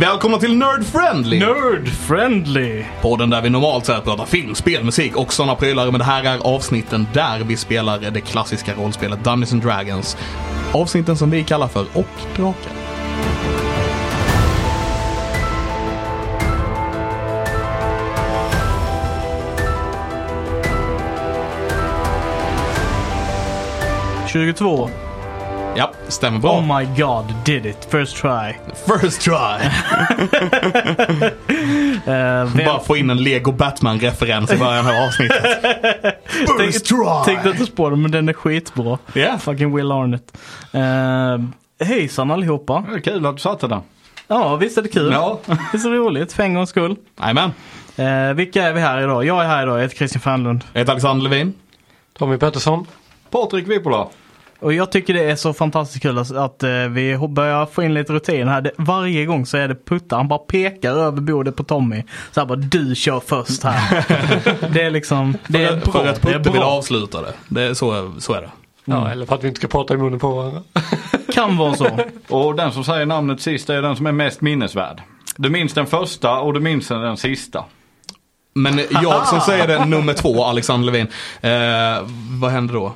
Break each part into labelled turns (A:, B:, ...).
A: Välkomna till Nerd Friendly!
B: Nerd friendly.
A: Podden där vi normalt sett pratar film, spel, musik och sådana prylar. Men det här är avsnitten där vi spelar det klassiska rollspelet Dungeons and Dragons. Avsnitten som vi kallar för Och Draken.
B: Tjugotvå.
A: Ja, stämmer bra.
B: Oh my god, did it. First try.
A: First try!
B: Eh, väl-
A: Bara få in en Lego Batman-referens i början av avsnittet. First try!
B: Tänkte inte spå den, men den är skitbra.
A: Ja.
B: Fucking Will Arnett. Eh, hejsan allihopa.
C: Det är kul att du satte den.
B: Ja, visst är det kul?
A: Ja.
B: Visst är det roligt, för en gångs skull.
A: Jajamän.
B: Eh, vilka är vi här idag? Jag är här idag, jag heter Christian Fernlund.
A: Jag heter Alexander Levin.
D: Tommy Pettersson.
C: Patrik Vipola.
B: Och jag tycker det är så fantastiskt kul att, att eh, vi ho- börjar få in lite rutin här. Det, varje gång så är det Putta, han bara pekar över bordet på Tommy. Så här bara, du kör först här. det är liksom, det är bra.
A: för att
B: det är
A: Putte vill
B: bra.
A: avsluta det. det är så, så är det.
D: Ja, eller för att vi inte ska prata i munnen på varandra.
B: Kan vara så.
C: Och den som säger namnet sist är den som är mest minnesvärd. Du minns den första och du minns den sista.
A: Men jag som säger det, nummer två, Alexander Levin. Eh, vad händer då?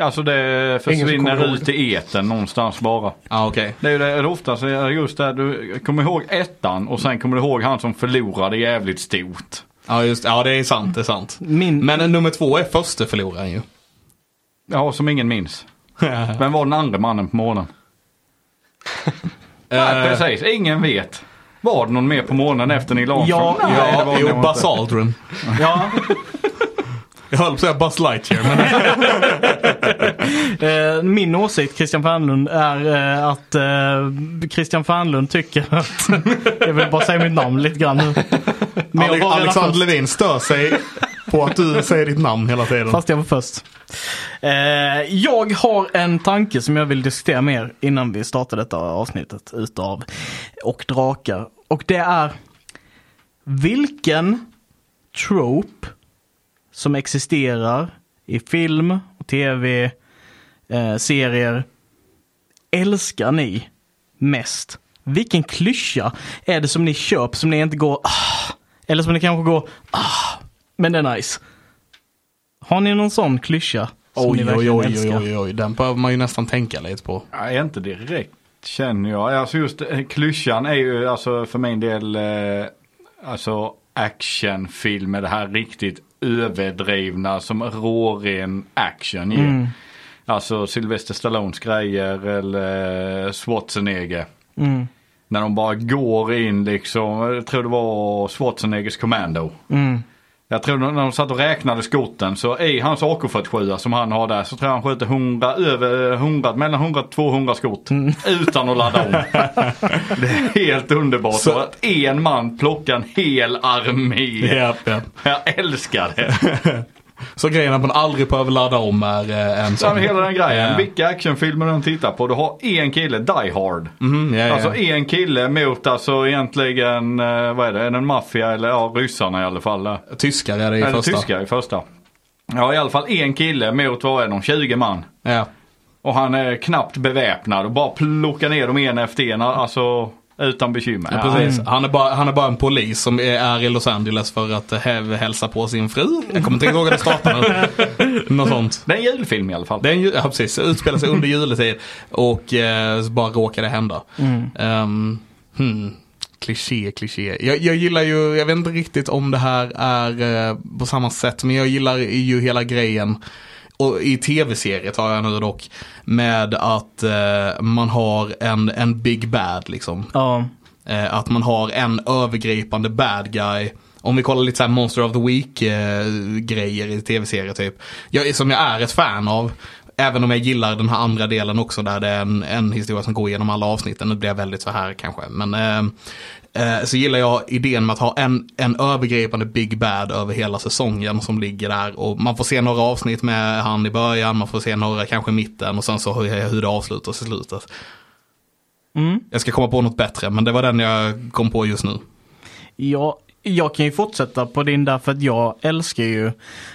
C: Alltså det
D: kommer
C: försvinner
D: ihåg.
C: ut i etern någonstans bara.
A: Ah, okej.
C: Det är ju det, det är oftast är det just det, du kommer ihåg ettan och sen kommer du ihåg han som förlorade jävligt stort.
A: Ja, just Ja, det är sant. Det är sant.
B: Min-
A: Men eh, nummer två är förste förloraren ju. Eh,
C: Ja, som ingen minns. Vem var den andra mannen på månen? Nej,
A: Eh,
C: precis, ingen vet. Var det någon mer på månen efter Neil Armstrong?
B: Ja,
C: Nej, det var
A: ja,
C: det nog
A: jo,
C: inte.
A: Buzz Aldrin.
B: Ja,
A: Jag höll på att säga Buzz Lightyear, men
B: eh, min åsikt Christian Fernlund är eh, att eh, Christian Fernlund tycker att, jag vill bara säga mitt namn lite grann nu. Men
A: Ale-
B: jag var redan
A: Alexander
B: först.
A: Levin stör sig på att du säger ditt namn hela tiden.
B: Fast jag var först. Eh, jag har en tanke som jag vill diskutera med er innan vi startar detta avsnittet utav Och drakar. Och det är vilken trope som existerar i film, och tv, eh, serier älskar ni mest? Vilken klyscha är det som ni köper som ni inte går ah, eller som ni kanske går ah, men det är nice. Har ni någon sån klyscha? Som ni
A: Oj, oj,
B: verkligen
A: oj, oj,
B: älskar?
A: oj, oj, den behöver man ju nästan tänka lite på.
C: Nej, inte direkt känner jag. Alltså just eh, klyschan är ju alltså för min del eh, alltså actionfilmer. Det här riktigt överdrivna som råren action ger.
B: Mm.
C: Alltså Sylvester Stallones grejer eller eh, Schwarzenegger.
B: Mm,
C: När de bara går in liksom, jag tror det var Schwarzeneggers Commando.
B: mm.
C: Jag tror när de satt och räknade skotten så i hans AK47 som han har där så tror jag han skjuter 100, över 100, mellan 100 och 200 skott.
A: Mm.
C: Utan att ladda om. det är helt underbart.
A: Så-
C: Så att en man plockar en hel armé.
A: Japp, japp.
C: Jag älskar det.
A: Så grejen att man aldrig behöver ladda om är eh, en
C: Så
A: sån.
C: hela den grejen.
A: Ja.
C: Vilka actionfilmer den tittar på. Du har en kille, Die Hard.
A: Mm, ja, ja.
C: Alltså en kille mot alltså egentligen, eh, vad är det, är det en maffia eller ja ryssarna i alla fall. där.
A: Tyskar är det i
C: Eller
A: första.
C: tyskar i första. Ja i alla fall en kille mot, vad är de, 20 man.
A: Ja.
C: Och han är knappt beväpnad och bara plockar ner dem en efter en. Alltså utan bekymmer.
A: Ja, precis. Han, är bara, han är bara en polis som är- är i Los Angeles för att eh, häv- hälsa på sin fru. Jag kommer inte ihåg hur det startade. Något sånt.
C: Det är en julfilm i alla fall.
A: Det är en, ju- ja, precis. Utspelar sig under juletid och eh, så bara råkar det hända. Ehm, hmm. Kliché, kliché. Jag, jag gillar ju, jag vet inte riktigt om det här är eh, på samma sätt, men jag gillar ju hela grejen. Och i tv-serier tar jag nu dock. Med att eh, man har en, en big bad liksom.
B: Ja.
A: Eh, att man har en övergripande bad guy. Om vi kollar lite så här Monster of the Week eh, grejer i tv-serier typ. Jag, är- som jag är ett fan av. Även om jag gillar den här andra delen också där det är en, en historia som går igenom alla avsnitten. Nu blir jag väldigt så här kanske. Men eh, eh, så gillar jag idén med att ha en, en övergripande big bad över hela säsongen som ligger där. Och man får se några avsnitt med han i början, man får se några kanske i mitten och sen så hur, hur det avslutas i slutet.
B: Mm.
A: Jag ska komma på något bättre men det var den jag kom på just nu.
B: Jag jag kan ju fortsätta på din där för att jag älskar ju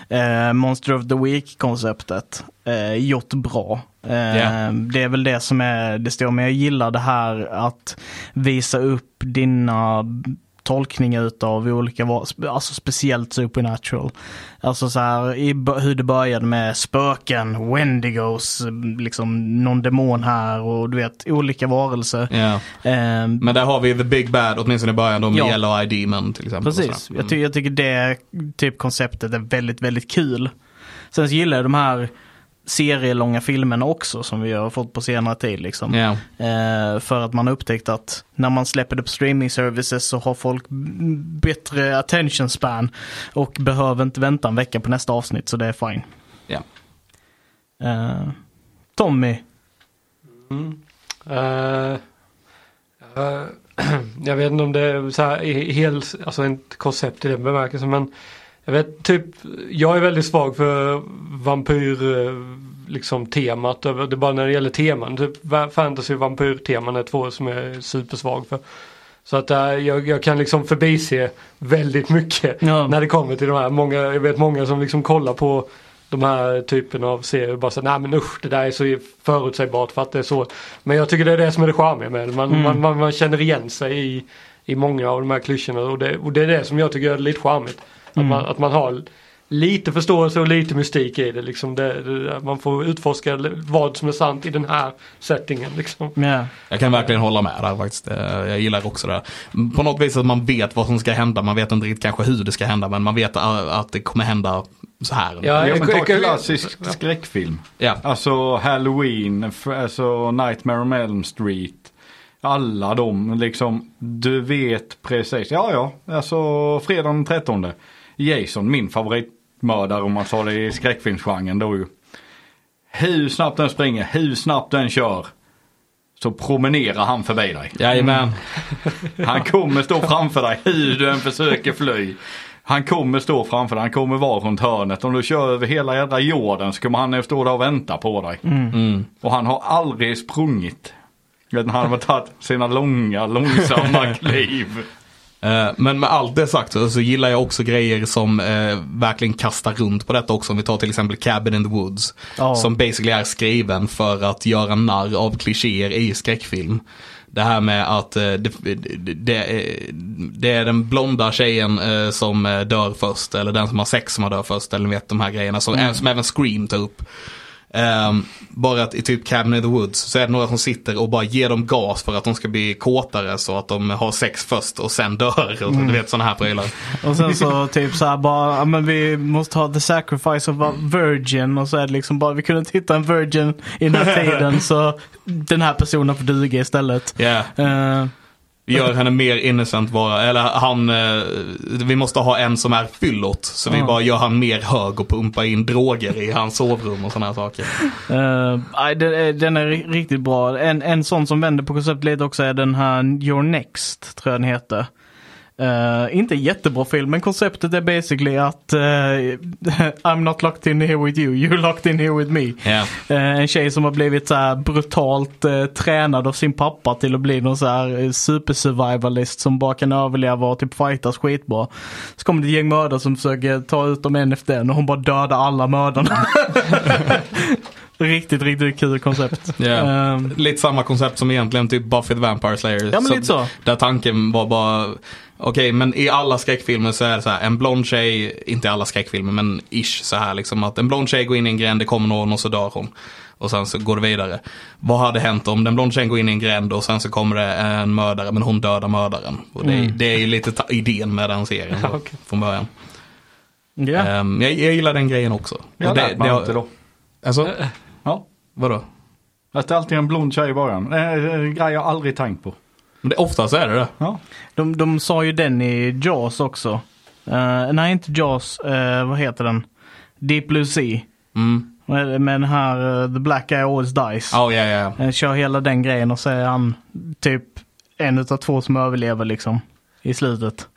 B: eh, Monster of the Week-konceptet. Eh, gjort bra. Eh,
A: Ja.
B: Det är väl det som är det stora, men jag gillar det här att visa upp dina tolkningar utav olika, va- spe- alltså speciellt supernatural. Alltså så här i, bo- hur det började med spöken, Wendigos, liksom någon demon här och du vet olika varelser.
A: Ja.
B: Eh,
A: Men där har vi The Big Bad, åtminstone i början, då med
B: Ja.
A: Yellow Eye Demon till exempel. och
B: Precis,
A: sådär. Mm.
B: jag, ty- jag tycker det typ konceptet är väldigt, väldigt kul. Sen så gillar jag de här serielånga filmerna också som vi har fått på senare tid. Liksom.
A: Ja.
B: Eh, för att man har upptäckt att när man släpper det på streaming services så har folk b- bättre attention span och behöver inte vänta en vecka på nästa avsnitt så det är fine.
A: Ja.
B: Eh, Tommy,
D: Eh, eh, jag vet inte om det är så här, i- hel, alltså ett koncept i den bemärkelsen men jag vet typ, jag är väldigt svag för vampyr eh, liksom temat, över- det är bara när det gäller teman, typ va- fantasy och vampyrteman är två som jag är supersvag för. Så att eh, jag, jag kan liksom förbise väldigt mycket
B: Ja.
D: när det kommer till de här, många, jag vet många som liksom kollar på de här typen av serier och bara säger nej men usch det där är så förutsägbart för att det är så. Men jag tycker det är det som är det charmiga med det. Man, man, man, man känner igen sig i, i många av de här klyschorna och det, och det är det som jag tycker är lite charmigt. Att, man, att man har lite förståelse och lite mystik i det. Liksom det, det man får utforska vad som är sant i den här settingen. Liksom.
B: yeah.
A: Jag kan verkligen hålla med där faktiskt. Eh, Jag gillar också det. här. På något vis att man vet vad som ska hända. Man vet inte riktigt kanske hur det ska hända men man vet a- att det kommer hända så här.
D: Ja,
C: Ja, men ta
D: jag- jag-
C: klassisk skräckfilm.
A: Ja.
C: Alltså Halloween, f- alltså Nightmare on Elm Street. Alla de liksom, du vet precis. Ja, ja, alltså fredag den 13. Jason, min favoritmördare om man tar det i skräckfilmsgenren då ju. Hur snabbt den springer, hur snabbt den kör. Så promenerar han förbi dig.
A: Jajamän.
C: Han kommer stå framför dig hur du än försöker fly. Han kommer stå framför dig, han kommer vara runt hörnet. Om du kör över hela jädra jorden så kommer han stå där och vänta på dig. Och han har aldrig sprungit. Utan han har tagit sina långa, långsamma kliv.
A: Eh, Men med allt det sagt så, så gillar jag också grejer som eh, verkligen kastar runt på detta också. Om vi tar till exempel Cabin in the Woods.
B: Ja.
A: Som basically är skriven för att göra narr av klichéer i skräckfilm. Det här med att eh, det, det, det, är- det är den blonda tjejen eh, som eh, dör först. Eller den som har sex som har dör först. Eller ni vet de här grejerna som, eh, som även Scream tar upp. Ehm, bara att i typ Cabin in the Woods så är det några som sitter och bara ger dem gas för att de ska bli kåtare så att de har sex först och sen dör. Och, Du vet sådana här prylar.
B: Och sen så typ så här bara, ja, men vi måste ha the sacrifice of a virgin och så är det liksom bara, vi kunde inte hitta en virgin i den här tiden så den här personen får duga istället.
A: Yeah.
B: Eh,
A: Gör henne mer innocent bara. Eller han, eh, vi måste ha en som är fyllot. Så vi
B: Ja.
A: bara gör han mer hög och pumpar in droger i hans sovrum och sådana här saker.
B: eh, nej, den, är- den är ri- riktigt bra. En, en sån som vänder på konceptet lite också är den här Your Next, tror jag den heter. Eh, inte en jättebra film men konceptet är basically att eh, I'm not locked in here with you, you're locked in here with me.
A: Yeah.
B: Eh, En tjej som har blivit så här brutalt eh, tränad av sin pappa till att bli någon så här eh, supersurvivalist som bara kan överleva och typ fightas skitbra. Så kommer det ett gäng mördare som försöker ta ut dem en efter en och hon bara dödar alla mördarna. riktigt, riktigt kul koncept.
A: Yeah.
B: Ehm,
A: Lite samma koncept som egentligen typ Buffy the Vampire Slayer.
B: Ja, men lite så.
A: Där tanken var bara, okej men i alla skräckfilmer så är det så här, en blond tjej, inte i alla skräckfilmer men ish så här liksom att en blond tjej går in i en gränd, det kommer någon och så dör hon. Och sen så går det vidare. Vad hade hänt om den blond tjejen går in i en gränd och sen så kommer det en mördare men hon dödar mördaren. Och det, är-
B: Mm.
A: det är ju lite ta- idén med den serien
D: Ja, okej.
A: från början.
B: ja.
A: Ehm, jag, jag gillar den grejen också.
C: Ja,
A: Och
C: det, man
A: har-
C: inte då.
A: Alltså,
B: Äh.
C: Ja.
A: vadå?
C: Att det alltid är en blond tjej i början. Det är en grej jag aldrig tänkt på.
A: Men det, oftast är det det.
C: Ja.
B: De, de sa ju den i Jaws också. Eh, nej, inte Jaws. eh, vad heter den? Deep Blue Sea.
A: Mm.
B: Med, med den här eh, The Black Guy Always Dies.
A: Oh, ja, ja, ja.
B: Eh, Kör hela den grejen och så är han typ en utav två som överlever liksom. I slutet.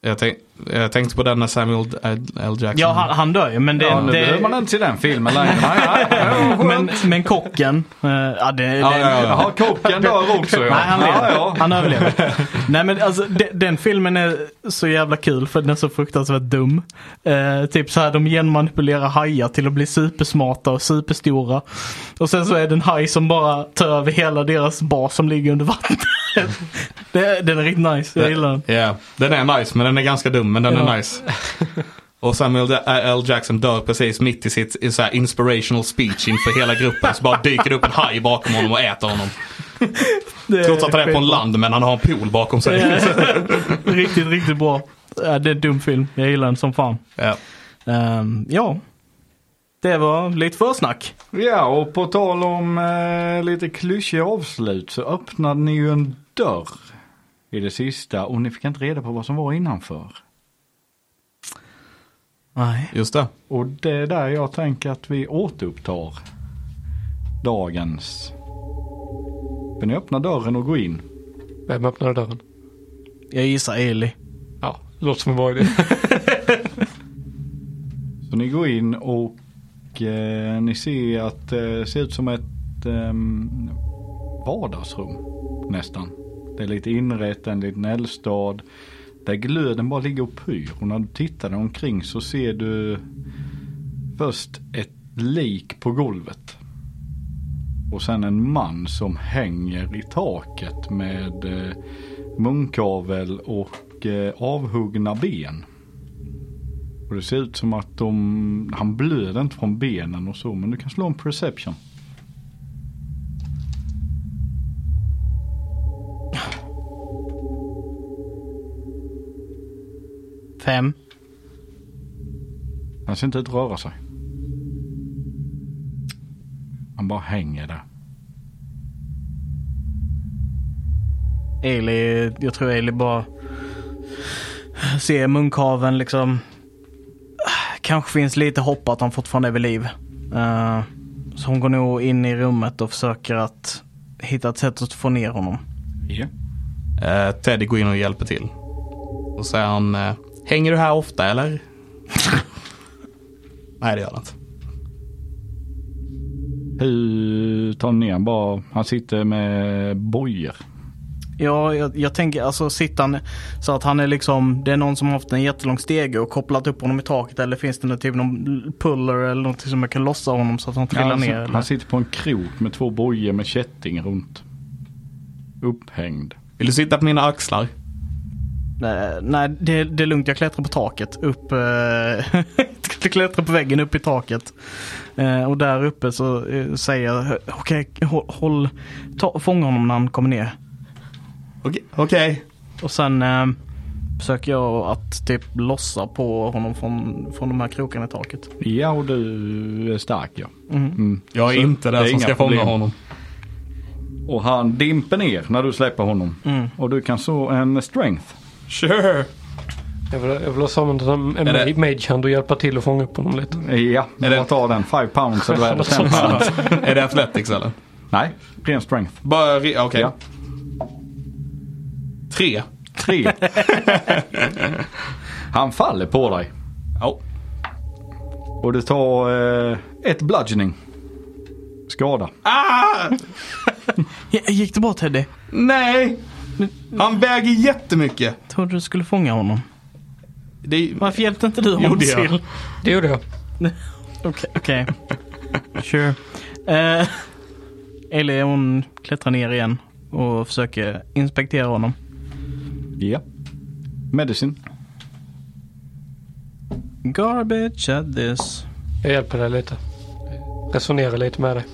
A: Jag, tänk, jag tänkte på den när Samuel L. L. Jackson...
B: Ja, han, han dör ju. Men det,
C: Ja, nu
B: det,
C: behöver man inte se den filmen längre. Nej, nej, nej, vad
B: men,
C: skönt.
B: men kocken. eh, ja, det, det,
A: ja, ja, ja.
C: Jaha, kocken dör också ja.
B: Nej, han
C: ja,
B: lever.
C: ja.
B: Han överlever. Nej men alltså de, den filmen är så jävla kul för den är så fruktansvärt dum. Eh, typ så här, de genmanipulerar hajar till att bli supersmarta och superstora. Och sen så är det en haj som bara tar över hela deras bas som ligger under vattnet. det, den är riktigt nice, jag gillar den.
A: Ja, Den är nice men den är ganska dum men den
B: Ja.
A: är nice. Och Samuel D- L. Jackson dör precis mitt i sitt i så här inspirational speech inför hela gruppen. Så bara dyker det upp en haj bakom honom och äter honom.
B: Det
A: Trots att han är på en land men han har en pool bakom sig.
B: Eh, riktigt, riktigt bra. Ja, det är en dum film, jag gillar den som fan.
A: Ja.
B: Ehm, ja. Det var lite försnack.
C: ja, och på tal om eh, lite klyschiga avslut så öppnade ni ju en dörr i det sista och ni fick inte reda på vad som var innanför.
B: Nej.
A: Just det.
C: Och det är där jag tänker att vi återupptar dagens. För ni öppnar dörren och går in.
D: Vem öppnade dörren?
B: Jag gissar Eli.
D: Ja, det låter som en bra idé.
C: Så ni går in och eh, ni ser att eh, det ser ut som ett eh, vardagsrum nästan. Det är lite inrett, en liten eldstad. Där glöden bara ligger och pyr. Och när du tittar dig omkring så ser du först ett lik på golvet. Och sen en man som hänger i taket med eh, munkavel och eh, avhuggna ben. Och det ser ut som att de, han blöder inte från benen och så men du kan slå en perception.
B: Fem.
C: Han ser inte ut att röra sig. Han bara hänger där.
B: Eli, jag tror Eli bara ser munkaven liksom. Kanske finns lite hopp att han fortfarande är vid liv. Eh, så hon går nog in i rummet och försöker att hitta ett sätt att få ner honom.
C: Ja.
A: Eh, Teddy går in och hjälper till. Och säger han, eh, hänger du här ofta eller? Nej det gör han inte.
C: Hur tar ni ner han? bara? Han sitter med bojor.
B: Ja, jag, jag tänker alltså sitter han så att han är liksom, det är någon som har haft en jättelång stege och kopplat upp honom i taket eller finns det någon typ någon puller eller någonting som jag kan lossa honom så att han trillar
C: Han,
B: ner?
C: sit-
B: eller?
C: han sitter på en krok med två bojor med kätting runt. Upphängd.
A: Vill du sitta på mina axlar?
B: Nej, nej det, det är lugnt. Jag klättrar på taket. Upp, eh, jag klättrar på väggen upp i taket. Eh, och där uppe så eh, säger jag, "Hö- okej, håll, håll ta, fånga honom när han kommer ner.
A: Okej. okej.
B: Och sen eh, försöker jag att typ lossa på honom från, från de här krokarna i taket.
C: Ja och du är stark ja. Mm.
A: Jag är
C: Så
A: inte
C: det
A: den
C: är
A: som
C: inga
A: ska fånga
C: problem.
A: honom.
C: Och han dimper ner när du släpper honom.
B: Mm.
C: Och du kan så en strength.
A: Sure.
D: Jag vill, jag vill ha samlat en, en
A: Är det-
D: ma- magehand och hjälpa till att fånga upp honom lite.
C: Ja,
A: Är
C: jag
A: det-
C: tar den. Five pounds eller vad är det? Ten pounds.
A: är det Athletics eller?
C: Nej, ren strength.
A: Bara, re- okej.
C: Ja.
A: Tre.
C: Tre. Han faller på dig.
A: Ja.
C: Och du tar eh, ett bludgeoning. Skada.
A: Ah!
B: Ja, Gick det bra Teddy?
A: Nej! Han väger jättemycket.
B: Trodde du skulle fånga honom.
A: Det är,
B: Varför hjälpte inte du honom
A: Gjorde jag?
B: till?
D: Det gjorde jag.
B: Okej. okej. Sure. Eh, Eller hon klättrar ner igen och försöker inspektera honom.
C: Ja. Medicine.
B: Garbage at this.
D: Jag hjälper dig lite. Resonera lite med dig.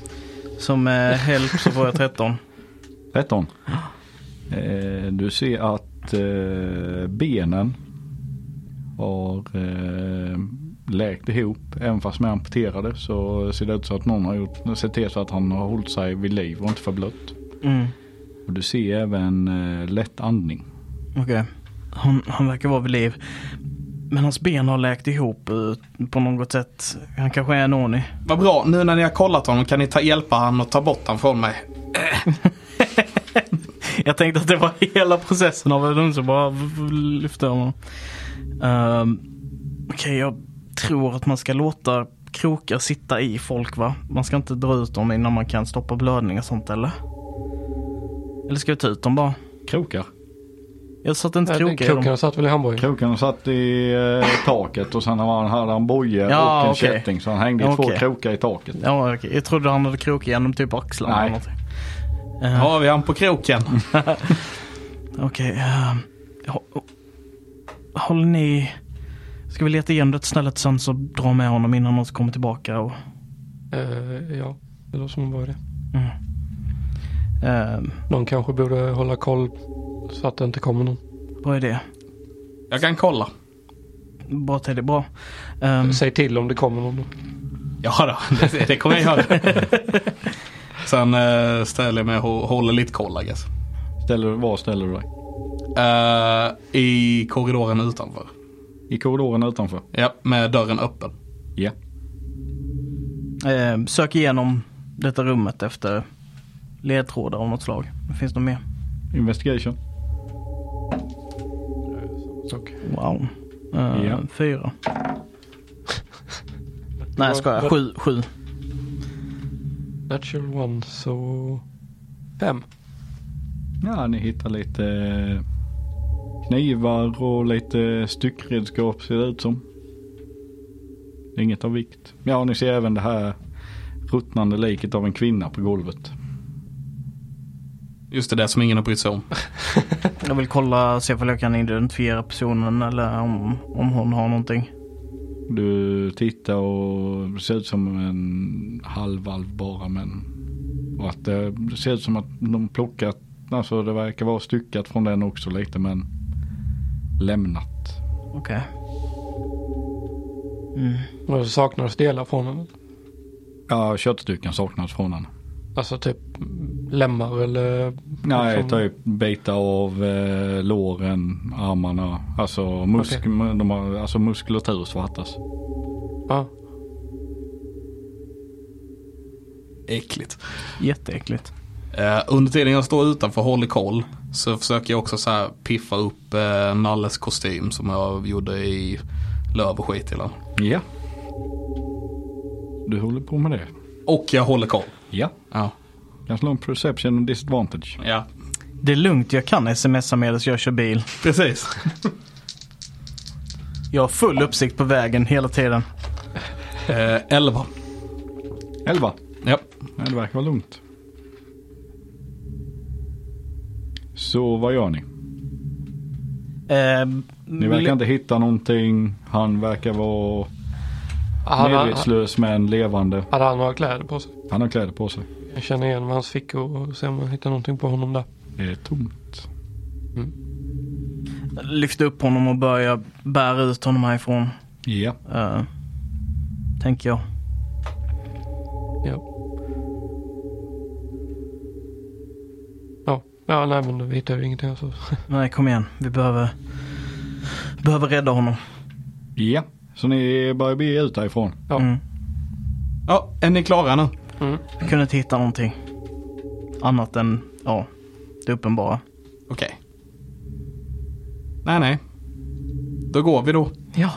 B: Som eh, help så får jag 13.
C: 13. Eh, du ser att eh, benen har eh, läkt ihop. Även fast de är amputerade så ser det ut så att någon har gjort, sett till så att han har hållit sig vid liv och inte förblött.
B: Mm,
C: Och du ser även eh, lätt andning.
B: Okej. Han, han verkar vara vid liv. Men hans ben har läkt ihop eh, på något sätt. Han kanske är en orni.
A: vad bra, nu när ni har kollat honom kan ni ta, hjälpa han och ta bort han från mig.
B: Jag tänkte att det var hela processen av en som bara v- v- lyfte om honom. Ehm, Okej, jag tror att man ska låta krokar sitta i folk va? Man ska inte dra ut dem innan man kan stoppa blödning och sånt eller? Eller ska jag ta ut dem bara?
C: Krokar.
B: Jag satte inte krokar i dem.
D: Äh, Krokarna satt väl i hamburgaren?
C: Krokarna satt i eh, taket och sen hade han, hade han boje
B: Ja,
C: och en
B: okej.
C: kätting. Så han hängde i
B: Ja,
C: två
B: okej.
C: krokar i taket.
B: Ja, okej. Jag trodde han hade krokar genom typ axlarna
C: Nej.
B: eller någonting. Ehm,
A: Har vi han på kroken?
B: Okej. ehm, hå- hå- håller ni... Ska vi leta igenom det snället sen så dra med honom innan något kommer tillbaka? Och,
D: Eh, ja, det låter som en bra idé.
B: mm. Ehm,
D: Någon kanske borde hålla koll så att det inte kommer någon.
B: bra idé.
A: Jag kan kolla.
B: Bra Teddy, bra. Ehm,
D: Säg till om det kommer någon.
A: Ja då, det, det kommer jag göra. Sen eh, ställer jag mig och håller lite koll I guess.
C: Ställer, var ställer du dig?
A: Eh, I korridoren utanför.
C: I korridoren utanför?
A: Ja, med dörren öppen.
C: Ja.
B: ehm, sök igenom detta rummet efter ledtrådar av något slag. Finns det mer?
C: Investigation?
B: Wow. Ehm,
C: Ja.
B: Fyra. Nej jag skojar, sju. sju.
D: Natural one, så... Fem.
C: Ja, ni hittar lite eh, knivar och lite styckredskap ser det ut som. Inget av vikt. Ja, ni ser även det här ruttnande liket av en kvinna på golvet.
A: Just det där som ingen har brytt sig om.
B: Jag vill kolla, se om jag kan identifiera personen eller om, om hon har någonting.
C: Du tittar och det ser ut som en halvvalv bara men. Och att det, det ser ut som att de plockat, alltså det verkar vara styckat från den också lite men lämnat.
B: Okej. Mm.
D: Och så saknas delar från den.
C: Ja, köttstycken saknas från den.
D: Alltså typ lemmar eller...
C: Nej,
D: Liksom-
C: typ bitar av eh, låren, armarna, alltså, musk, de har, alltså muskulatur svartas.
D: Ja.
A: Äckligt.
B: Jätteäckligt.
A: Eh, under tiden jag står utanför och håller koll så försöker jag också så här piffa upp eh, Nalles kostym som jag gjorde i löv och skit till honom.
C: Ja. Du håller på med det?
A: Och jag håller koll.
C: Ja.
A: Ja.
C: Kan slå en perception och disadvantage.
A: ja.
B: Det är lugnt, jag kan smsa medan jag kör bil.
A: Precis.
B: Jag har full uppsikt på vägen hela tiden.
A: Eh, 11.
C: 11.
A: Ja.
C: Nej, det verkar vara lugnt. Så vad gör ni?
B: Eh,
C: Ni verkar inte hitta någonting. Han verkar vara
D: Hade han,
C: medvetslös men levande.
D: hade han några kläder på sig?
C: Han har kläder på sig.
D: Jag känner igen hans fickor och ser om jag hittar någonting på honom där.
C: Det är tomt.
B: Lyfta upp honom och börja bära ut honom härifrån.
C: Ja.
B: Eh, tänker jag.
D: Ja. Ja, ja nej men vi hittar ju ingenting. Alltså.
B: Nej, kom igen. Vi behöver, behöver rädda honom.
C: Ja. Så ni börjar bege er ut därifrån.
D: Ja.
B: Mm.
A: Ja, är ni klara nu?
B: Jag kunde inte hitta någonting annat än ja, det uppenbara.
A: Okej. Nej, nej. Då går vi då.
B: Ja.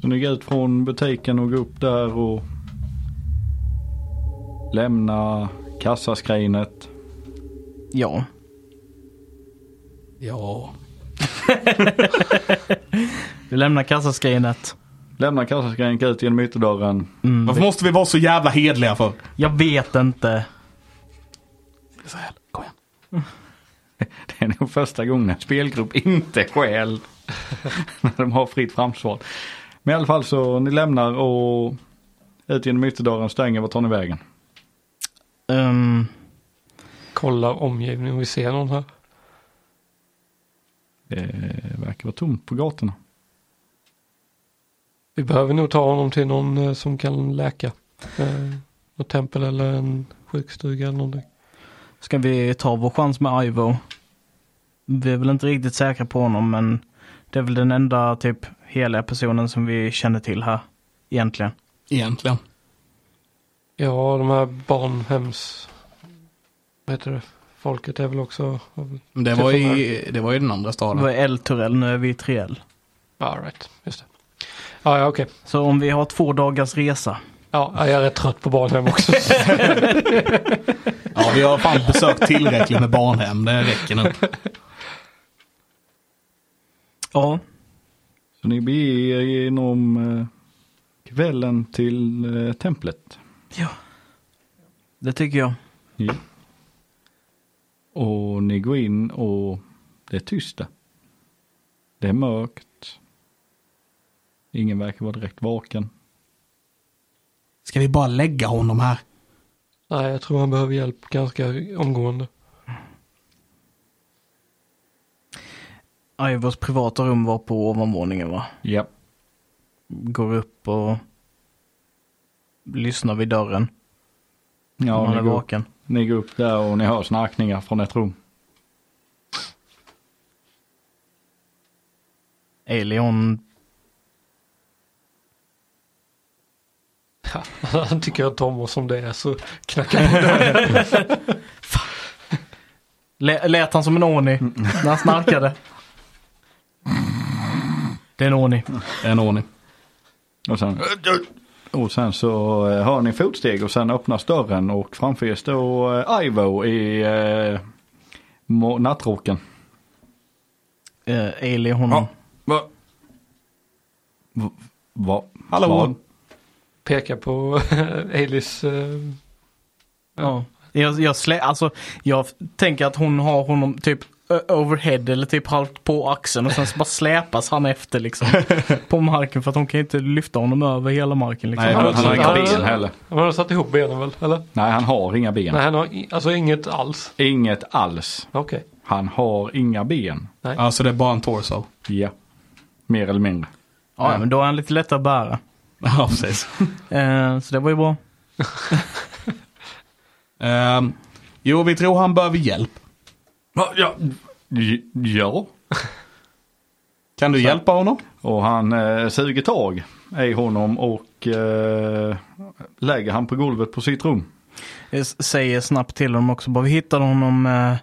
C: Så ni går ut från butiken och går upp där och lämnar kassaskrinet.
B: Ja.
A: Ja.
B: Vi lämnar kassaskrinet.
C: Lämnar kassaskrinet ut genom ytterdörren.
B: Mm.
A: Varför måste vi vara så jävla hedliga för?
B: Jag vet inte.
A: Israel, kom igen.
C: Det är nog första gången en spelgrupp inte skäl när de har fritt framsvar. Men i alla fall så ni lämnar och ut genom ytterdörren stänger. Vart tar ni vägen?
B: Ehm,
D: Kollar omgivningen och vi ser någon här.
C: Det verkar vara tomt på gatorna.
D: Vi behöver nog ta honom till någon eh, som kan läka. Eh, något tempel eller en sjukstuga eller någonting.
B: Ska vi ta vår chans med Ivo? Vi är väl inte riktigt säkra på honom men det är väl den enda typ heliga personen som vi känner till här. Egentligen.
A: Egentligen.
D: Ja, de här barnhems... Vad heter det? folket är väl också...
A: Men Det var, i, det var ju den andra
B: Det var
A: staden.
B: El Turell, nu är vi i Triel.
D: All right, just det. Ja, ja okej.
B: Så om vi har två dagars resa.
D: Ja, jag är rätt trött på barnhem också.
A: Ja, vi har fan besökt tillräckligt med barnhem. Det räcker nu.
B: Ja,
C: Så ni beger er genom eh, kvällen till eh, templet.
B: ja. det tycker jag.
C: Ja. Och ni går in och det är tyst där. Det är mörkt. Ingen verkar vara direkt vaken.
A: Ska vi bara lägga honom här?
D: Nej, jag tror han behöver hjälp ganska omgående.
B: Ivors privata rum var på ovanvåningen va?
C: Ja.
B: Går upp och lyssnar vid dörren. om
C: Ja,
B: han
C: ni
B: är
C: går,
B: vaken.
C: ni går upp där och ni hör snarkningar från ett rum.
B: Elion
D: Han tycker inte om oss som det är så knackar på.
B: Lä- Lät han som en orni när han snarkade? Det är en orni.
A: Det är en ordning.
C: Och sen, och sen så eh, hör ni fotsteg och sen öppnas dörren och framför er står eh, Ivo i eh, mo- nattrocken. Mm.
B: Eh, Eli hon...
A: Ja. Va?
C: V- va-
A: Hallå?
C: vad?
D: Pekar på Elis... eh,
B: Ja. Jag, jag, slä, alltså, jag tänker att hon har honom typ ö- overhead eller typ halvt på axeln och sen så bara släpas han efter liksom. På marken för att hon kan ju inte lyfta honom över hela marken liksom.
C: Nej,
D: Han har
C: han, han har
D: inte- han har-
C: inga ben heller.
D: Han har satt ihop benen väl, eller?
C: Nej, han har inga ben.
D: Nej, han har i- alltså inget alls.
C: Inget alls.
D: Okej.
C: Han har inga ben.
A: Alltså det är bara en torso.
C: Ja. Mer eller mindre.
B: Ja, ja, men då är han lite lättare att bära.
A: Ja, precis.
B: Eh, så det var ju bra.
A: Ehm, jo, vi tror han behöver hjälp.
C: Ja. Ja.
A: Kan du hjälpa honom?
C: Och han eh, suger tag i honom och eh, lägger han på golvet på sitt rum.
B: Jag s- säger snabbt till honom också. Bara, vi hittade honom eh,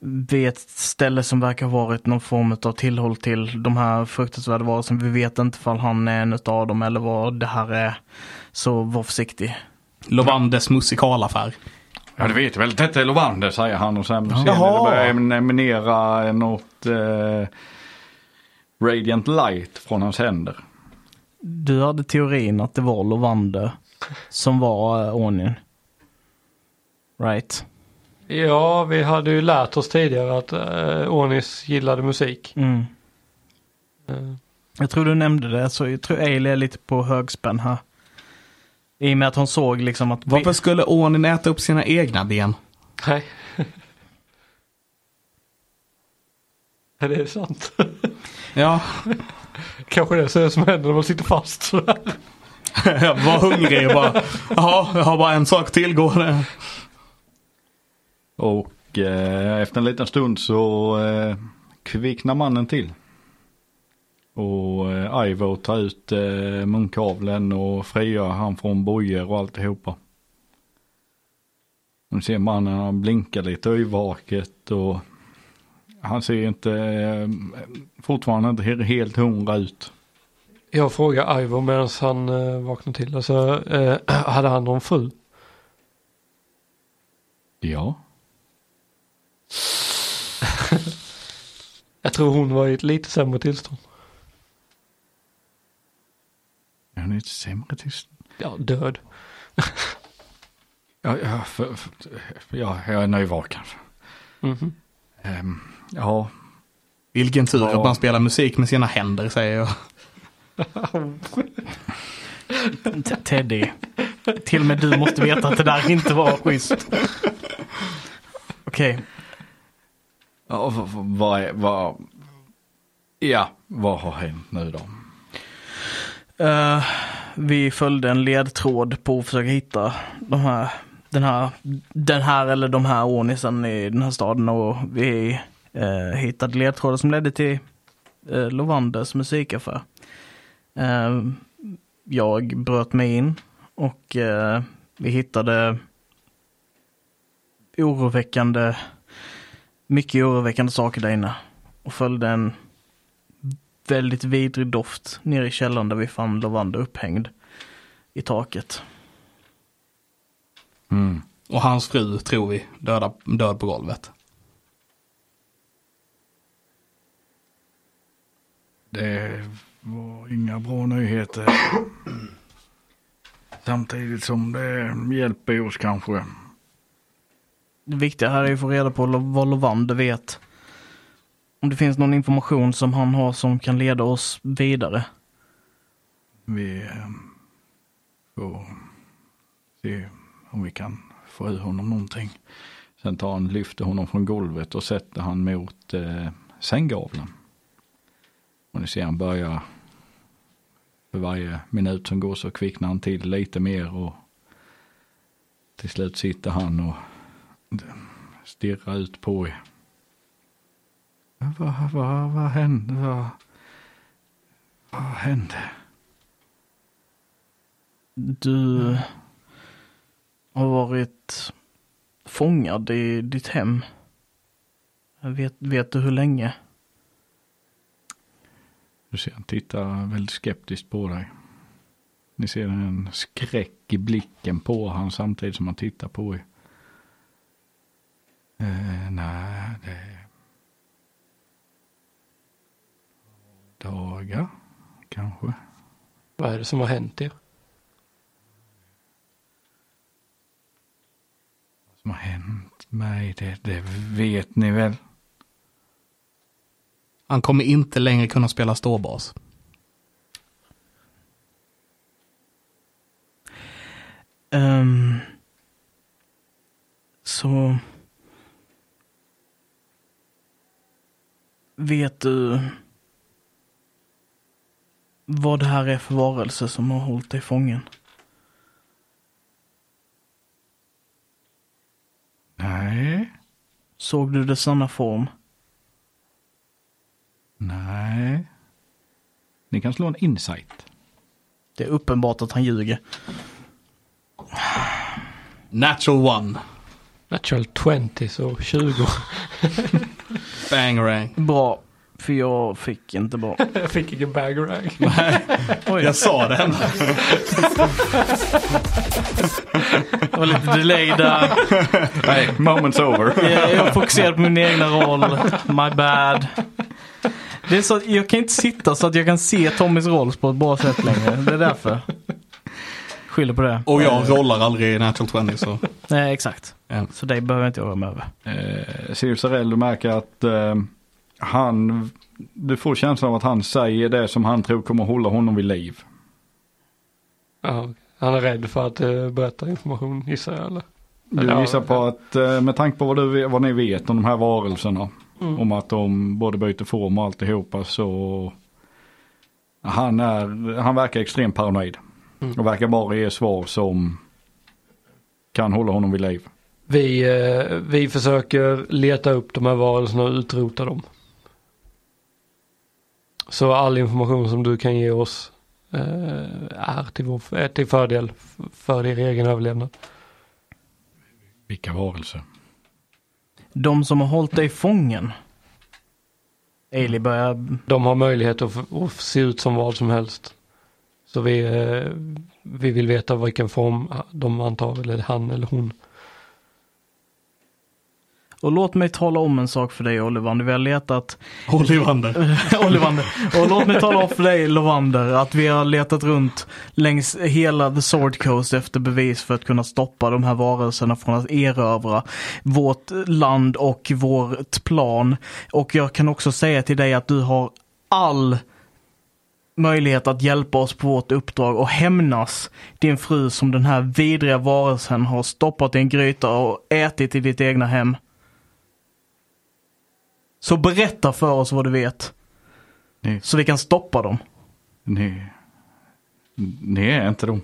B: vid ett ställe som verkar ha varit någon form av tillhåll till de här fruktansvärda varelserna. Vi vet inte ifall han är en utav dem eller vad det här är. Så var försiktig.
A: Lovandes musikalaffär.
C: Ja du vet väl, detta är Lovander säger han och sen ser ni
A: Jaha.
C: det börjar eminera något eh, Radiant Light från hans händer.
B: Du hade teorin att det var Lovander som var eh, ordningen. Right.
D: Ja, vi hade ju lärt oss tidigare att eh, Onis gillade musik.
B: Mm.
D: Eh,
B: Jag tror du nämnde det, så jag tror Ailey är lite på högspänn här. I och med att hon såg liksom att... vi-
A: Varför skulle Ornin äta upp sina egna ben?
D: nej. Är det sant?
A: Ja,
D: Kanske det är det som händer när man sitter fast sådär.
A: jag var hungrig och bara, ja, jag har bara en sak till går det.
C: Och eh, efter en liten stund så eh, kvicknar mannen till. Och eh, Ivo tar ut eh, munkavlen och frigör han från bojor och alltihopa. Ni ser mannen, han blinkar lite yrvaket och han ser inte, eh, fortfarande inte he- helt hundra ut.
D: Jag frågar Ivo medan han eh, vaknar till. Alltså, eh, hade han någon fru?
C: Ja.
D: Jag tror hon var i ett lite sämre tillstånd.
C: Är han inte sämre tyst?
D: Ja, död.
C: Ja, ja, för, för, ja jag är nyvaken.
D: Mhm.
C: Ehm, ja,
A: Vilken tur
C: Ja.
A: att man spelar musik med sina händer säger jag.
B: T- Teddy. Till och med du måste veta att det där inte var schysst. Okej,
C: Ja, v- v- vad, är- vad, ja, vad har hänt nu då?
B: eh, vi följde en ledtråd på att försöka hitta de här, den, här, den här eller de här ordnisen i den här staden och vi eh, hittade ledtrådar som ledde till uh, Lovandes musikaffär. Eh, jag bröt mig in och eh, vi hittade oroväckande mycket oroväckande saker där inne. Och följde en väldigt vidrig doft nere i källaren där vi fann Lovander upphängd i taket.
C: Mm.
A: Och hans fru tror vi döda, död på golvet.
E: Det var inga bra nyheter. Samtidigt som det hjälper oss kanske.
B: Det viktiga här är ju att få reda på lo- vad Lovander vet. Om det finns någon information som han har som kan leda oss vidare.
E: Vi eh,
C: ehm,
E: får se om vi kan få ur honom någonting.
C: Sen tar han, lyfter honom från golvet och sätter han mot eh, sänggavlen. Och ni ser han börjar, för varje minut som går så kvicknar han till lite mer och till slut sitter han och stirrar ut på er.
E: Vad, vad, vad hände? Vad, vad hände?
B: Du har varit fångad i ditt hem. Vet, vet du hur länge?
C: Du ser han tittar väldigt skeptiskt på dig. Ni ser en skräck i blicken på han samtidigt som han tittar på er.
E: Eh, nej, det... Dagar, kanske.
D: Vad är det som har hänt er?
E: som har hänt mig, det, det vet ni väl?
A: Han kommer inte längre kunna spela ståbas.
B: Ehm, så... Vet du vad det här är för varelse som har hållit dig fången?
E: Nej,
B: Såg du dess sanna form?
E: nej.
C: Ni kan slå en insight.
B: Det är uppenbart att han ljuger.
A: Natural one.
D: Natural 20, så 20.
A: Bangarang.
B: Bra, för jag fick inte bra.
D: Jag fick ingen bagarang.
B: Oj,
A: Jag sa det.
B: det var lite delay där.
C: Nej, moment's over.
B: Jag, jag fokuserar på min egna roll. My bad. Det är så att jag kan inte sitta så att jag kan se Tommys roll på ett bra sätt längre. Det är därför. Skyller på det.
A: Och jag rollar aldrig i natural 20 så.
B: Nej, exakt.
A: Ja.
B: Så det behöver inte jag vara med över.
C: Eh, Sirius Arell, du märker att eh, han, du får känslan av att han säger det som han tror kommer hålla honom vid liv.
D: Ja, han är rädd för att eh, berätta information gissar jag eller?
C: Du
D: Ja,
C: gissar på
D: ja.
C: att eh, med tanke på vad, du, vad ni vet om de här varelserna,
D: Mm.
C: om att de både byter form och alltihopa så han, är, han verkar extremt paranoid.
D: Mm.
C: Och verkar bara ge svar som kan hålla honom vid liv.
D: Vi, eh, vi försöker leta upp de här varelserna och utrota dem. Så all information som du kan ge oss eh, är till, vår, är till fördel f- för er egen överlevnad.
C: Vilka varelser?
B: De som har hållit dig fången. Ailey börjar...
D: De har möjlighet att, f- att se ut som vad som helst. Så vi, eh, vi vill veta vilken form de antar, eller han eller hon.
B: Och låt mig tala om en sak för dig Olivander. Vi har letat
A: Olivander.
B: Olivander. Och låt mig tala om för dig Lovander att vi har letat runt längs hela The Sword Coast efter bevis för att kunna stoppa de här varelserna från att erövra vårt land och vårt plan. Och jag kan också säga till dig att du har all möjlighet att hjälpa oss på vårt uppdrag och hämnas din fru som den här vidriga varelsen har stoppat i en gryta och ätit i ditt egna hem. Så berätta för oss vad du vet.
E: Ni,
B: Så vi kan stoppa dem.
E: ni, ni är inte de.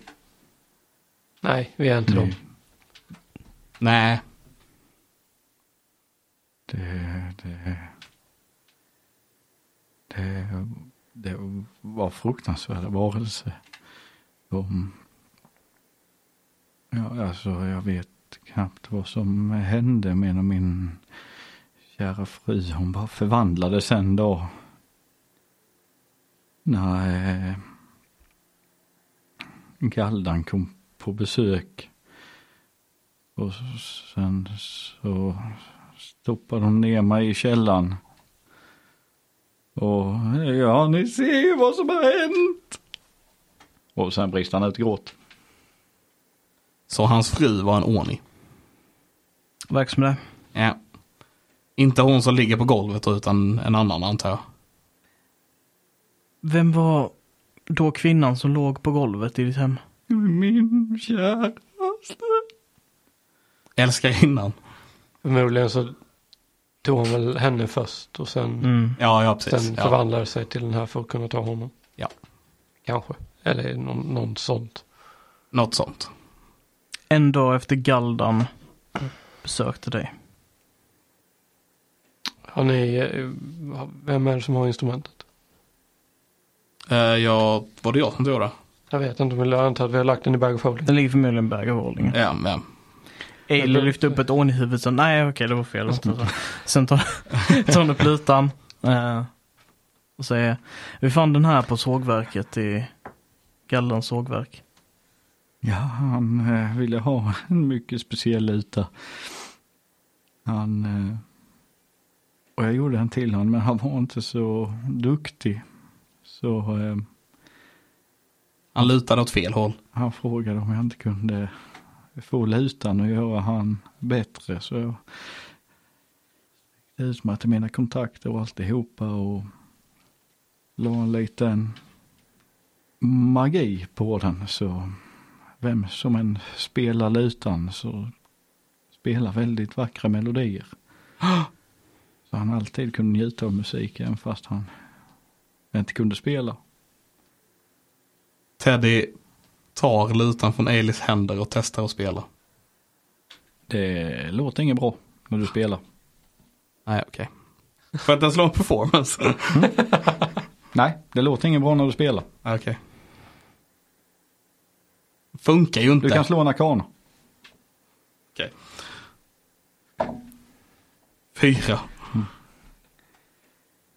D: Nej, vi är inte dem.
E: Ni,
A: Nej.
E: det, det, det, det var fruktansvärda varelser. De, ja, alltså jag vet knappt vad som hände med min
C: kära fru, hon bara förvandlades sen då. När eh, Galdan kom på besök. Och sen så stoppade hon ner mig i källaren. Och ja, ni ser ju vad som har hänt. Och sen brister han ut i gråt.
A: Så hans fru var en orni.
B: Verkar som det.
A: Ja. Inte hon som ligger på golvet utan en annan antar jag.
B: Vem var då kvinnan som låg på golvet i ditt hem?
C: Min käraste.
A: Älskarinnan.
D: Förmodligen så tog han väl henne först och sen,
B: Mm.
A: Ja, ja precis.
D: sen
A: Ja.
D: förvandlade sig till den här för att kunna ta honom.
A: Ja.
D: Kanske. Eller någon, någon sånt.
A: Något sånt.
B: En dag efter Galdan besökte dig.
D: Har ni, eh, vem är det som har instrumentet?
A: Eh, ja, var det jag som tog det?
D: Jag vet inte, men jag antar att vi har lagt den i bag of
A: Mm.
D: holding.
B: Den ligger förmodligen i bag of holding.
A: Ja, ja.
B: Ailey lyfte upp ett ån i huvudet. Sen, nej okej det var fel. Sen tar tar hon upp lutan. eh, Och säger. Vi fann den här på sågverket i Gallans sågverk.
C: Ja, han eh, ville ha en mycket speciell luta. Han... Eh, och jag gjorde en till honom, men han var inte så duktig. Så eh,
A: Han lutade åt fel håll.
C: han frågade om jag inte kunde få lutan och göra han bättre. Så jag det ut mig till mina kontakter och alltihopa och la en liten magi på den. Så vem som än spelar lutan så spelar väldigt vackra melodier. Så han alltid kunde njuta av musiken fast han inte kunde spela.
A: Teddy tar lutan från Elis händer och testar att spela.
C: Det låter inget bra när du spelar.
A: Nej, okej. För att den slår en performance.
C: Nej, det låter inget bra när du spelar.
A: okej. Funkar ju inte.
C: Du kan slå en arkan.
A: Okej. Fyra.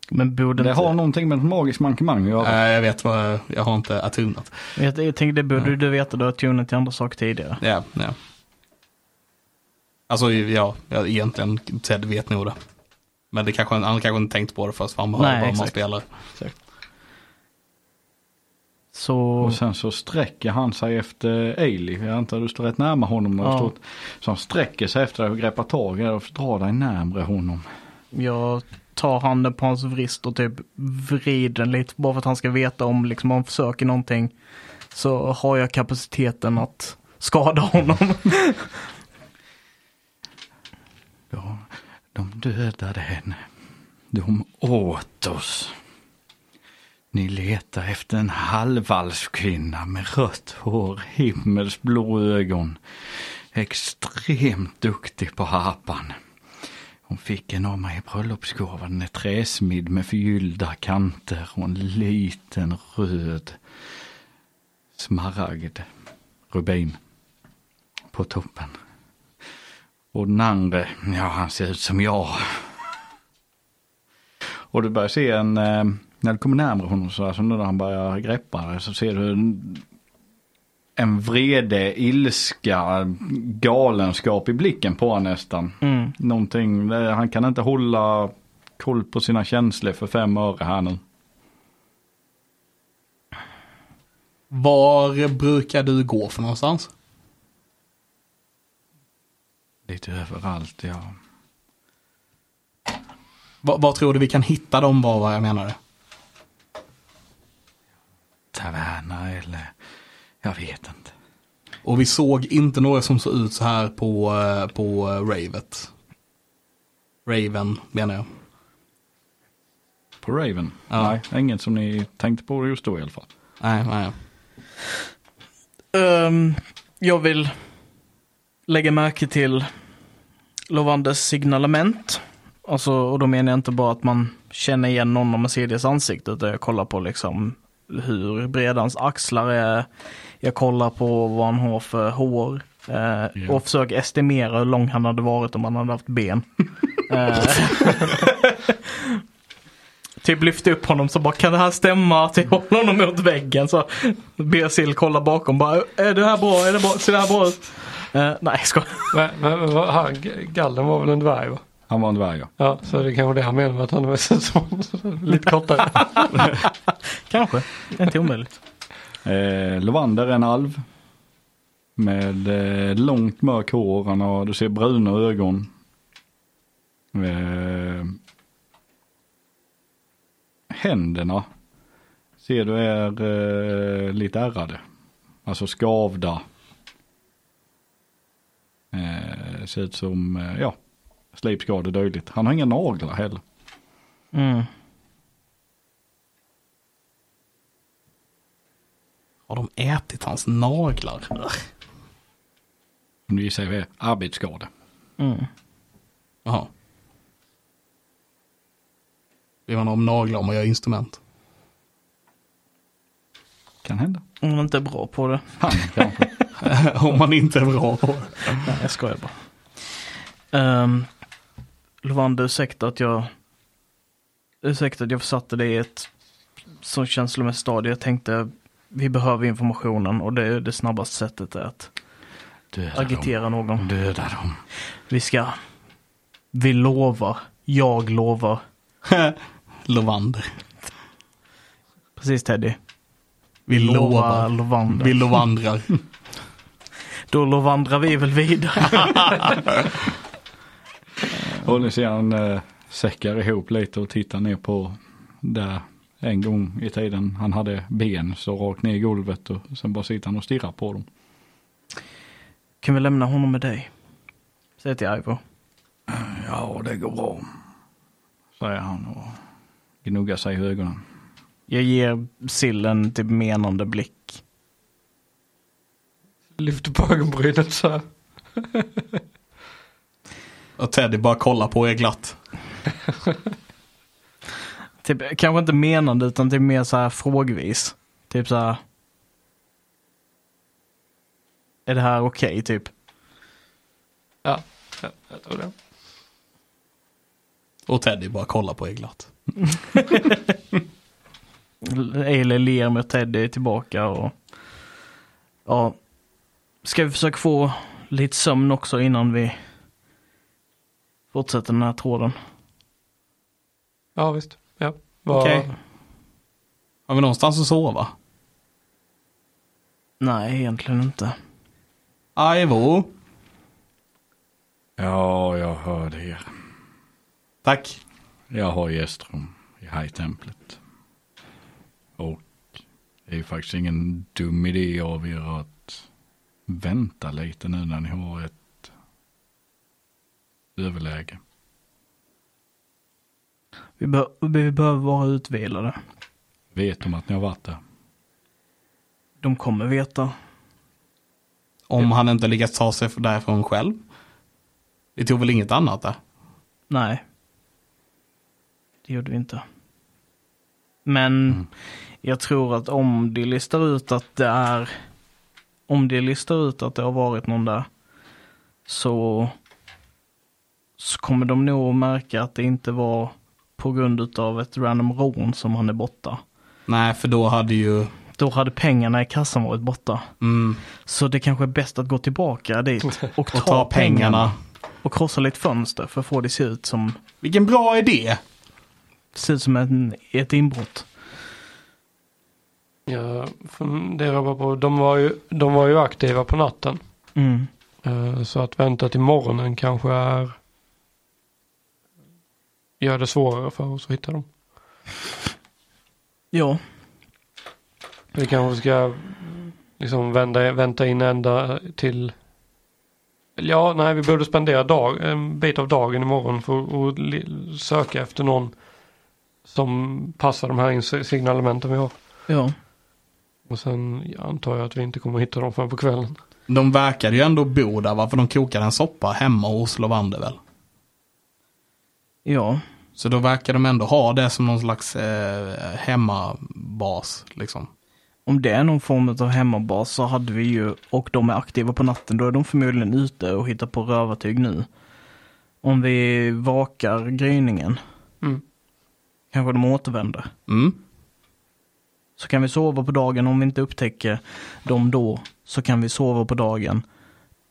B: Men borde
C: Det
B: inte...
C: har någonting med ett magiskt mankemang att göra.
A: Nej, Eh, jag vet vad, jag har inte attunat.
B: Jag, jag tänkte det borde du veta. Du har tunat till andra saker tidigare.
A: Ja, ja. Alltså ja, ja, egentligen Ted vet nog det. Men det kanske, han kanske inte tänkt på det först, för han hör
B: Nej,
A: bara vad man
B: exakt.
A: spelar.
B: Så
C: Och sen så sträcker han sig efter Ailey. Jag antar du står rätt närmare honom. När du
B: Ja.
C: står, så han sträcker sig efter dig och greppar tag i dig och drar dig närmre honom.
B: jag tar handen på hans vrist och typ vrider den lite. Bara för att han ska veta om liksom, om han försöker någonting. Så har jag kapaciteten att skada honom.
C: Ja, de dödade henne. De åt oss. Ni letar efter en halvvalskvinna med rött hår, himmelsblå ögon. Extremt duktig på harpan. Hon fick en av mig i bröllopsgåva, den är träsmidd med förgyllda kanter och en liten röd smaragd rubin på toppen. Och den andra, ja han ser ut som jag. Och du börjar se en, eh, när du kommer närmare honom så, alltså när han börjar greppa dig så ser du en, en vrede, ilska, galenskap i blicken på honom nästan.
B: Mm.
C: Någonting, eh, han kan inte hålla koll på sina känslor för fem öre här nu.
A: Var brukar du gå för någonstans?
C: Lite överallt ja.
A: Var, var tror du vi kan hitta dem var vad jag menade?
C: Taverna eller, jag vet inte.
A: Och vi såg inte några som såg ut så här på, eh, på eh, ravet. Raven menar jag.
C: På Raven?
A: Ja.
C: Nej, inget som ni tänkte på just då i alla fall.
A: Nej, nej.
B: Ehm, jag vill lägga märke till Lovandes signalement. Alltså, och då menar jag inte bara att man känner igen någon om man ser deras ansikte. Utan jag kollar på liksom hur breda hans axlar är. Jag kollar på vad han har för hår. eh,
C: Ja.
B: Och försöker estimera hur lång han hade varit om han hade haft ben. Eh, typ lyfte upp honom så bara kan det här stämma? Typ håller honom mot väggen. Så ber Sill kolla bakom bara är det här bra? Är det bra? Ser det här bra ut? Eh, nej jag skojar.
D: Men, men, men vad- han, Gallen var väl en dvärg va?
C: Han var en dvärg ja.
D: Ja, så det kanske det han menar med att han är så, så, lite kortare.
B: Kanske. Inte omöjligt.
C: Eh, Lovander är en alv. Med eh, långt mörk hår. Han har, du ser bruna ögon. Eh, händerna ser du är eh, lite ärrade. Alltså skavda. Eh, ser ut som, eh, ja, slipskador dödligt. Han har inga naglar heller.
B: Mm.
A: Har de ätit hans naglar?
C: Nu gissar jag är arbetsskada.
B: Mm.
A: Jaha. Blir man om naglar om man gör instrument?
C: Kan hända.
B: Om man inte är bra på det.
C: Han kanske.
A: om man inte är bra på det.
B: Nej, jag skojar bara. Um, Lovander, ursäkta att jag... Ursäkta att jag försatte dig i ett så känslomässigt stadie. Jag tänkte vi behöver informationen och det, det snabbaste sättet är att
C: Döda
B: agitera
A: Mm.
B: någon.
C: Döda dem.
B: Vi ska... Vi lovar. Jag lovar.
A: Lovander.
B: Precis Teddy.
A: Vi
B: Lova
A: lovar.
B: Lovander.
A: Vi lovandrar.
B: Då lovandrar vi väl vidare.
C: Och nu ser han eh, säckar ihop lite och tittar ner på där en gång i tiden han hade ben så rakt ner i golvet och sen bara sitter han och stirrar på dem.
B: kan vi lämna honom med dig? Säg till Ivo.
E: Ja, det går bra.
C: Säger han och gnuggar sig i ögonen.
B: Jag ger sillen typ menande blick.
D: Lyfter på ögonbrynet så här.
A: Och Teddy bara kollar på er glatt.
B: Typ, kanske inte menande utan typ mer så här frågvis. Typ så här. Är det här okej typ?
D: Ja, ja, jag tror det.
A: Och Teddy bara kollar på er glatt.
B: Ailey ler med Teddy tillbaka och ja. Ska vi försöka få lite sömn också innan vi fortsätter den här tråden?
D: Ja visst. Ja. Vad-
B: Okej?
A: Har vi någonstans att sova?
B: Nej, egentligen inte.
A: Ivo.
C: Ja, jag hörde er.
A: Tack.
C: Jag har gästrum i hajtemplet. Och det är ju faktiskt ingen dum idé av er att vänta lite nu när ni har ett överläge.
B: Vi, be- vi behöver vara utvilade.
C: Vet de att ni har varit där?
B: De kommer veta.
A: Om han inte lyckats ta sig därifrån själv. Det tog väl inget annat där?
B: Nej. Det gjorde vi inte. Men
A: Mm.
B: jag tror att om de listar ut att det är om de listar ut att det har varit någon där så, så kommer de nog märka att det inte var på grund utav ett random rån som han är borta.
A: Nej, för då hade ju...
B: Då hade pengarna i kassan varit borta.
A: Mm,
B: Så det kanske är bäst att gå tillbaka dit och ta,
A: och ta pengarna.
B: och krossa lite fönster för att få det se ut som
A: Vilken bra idé!
B: ser ut som en, ett inbrott.
D: Jag funderar bara på, de var ju, de var ju aktiva på natten.
B: Mm.
D: Eh, Så att vänta till morgonen kanske är gör det svårare för oss att hitta dem.
B: Ja,
D: Vi kanske ska liksom vända, vänta in ända till Eller Ja, nej, vi borde spendera dag, en bit av dagen imorgon för att li- söka efter någon som passar de här ins- signalementen vi har.
B: ja.
D: Och sen antar jag att vi inte kommer att hitta dem förrän på kvällen.
A: De verkade ju ändå bo där, varför de kokade en soppa hemma hos Lovander väl?
B: ja.
A: Så då verkar de ändå ha det som någon slags eh, hemmabas. Liksom.
B: Om det är någon form av hemmabas så hade vi ju, och de är aktiva på natten, då är de förmodligen ute och hittar på rövartyg nu. om vi vakar gryningen.
D: Mm.
B: Kanske de återvänder.
A: Mm.
B: Så kan vi sova på dagen om vi inte upptäcker dem då. Så kan vi sova på dagen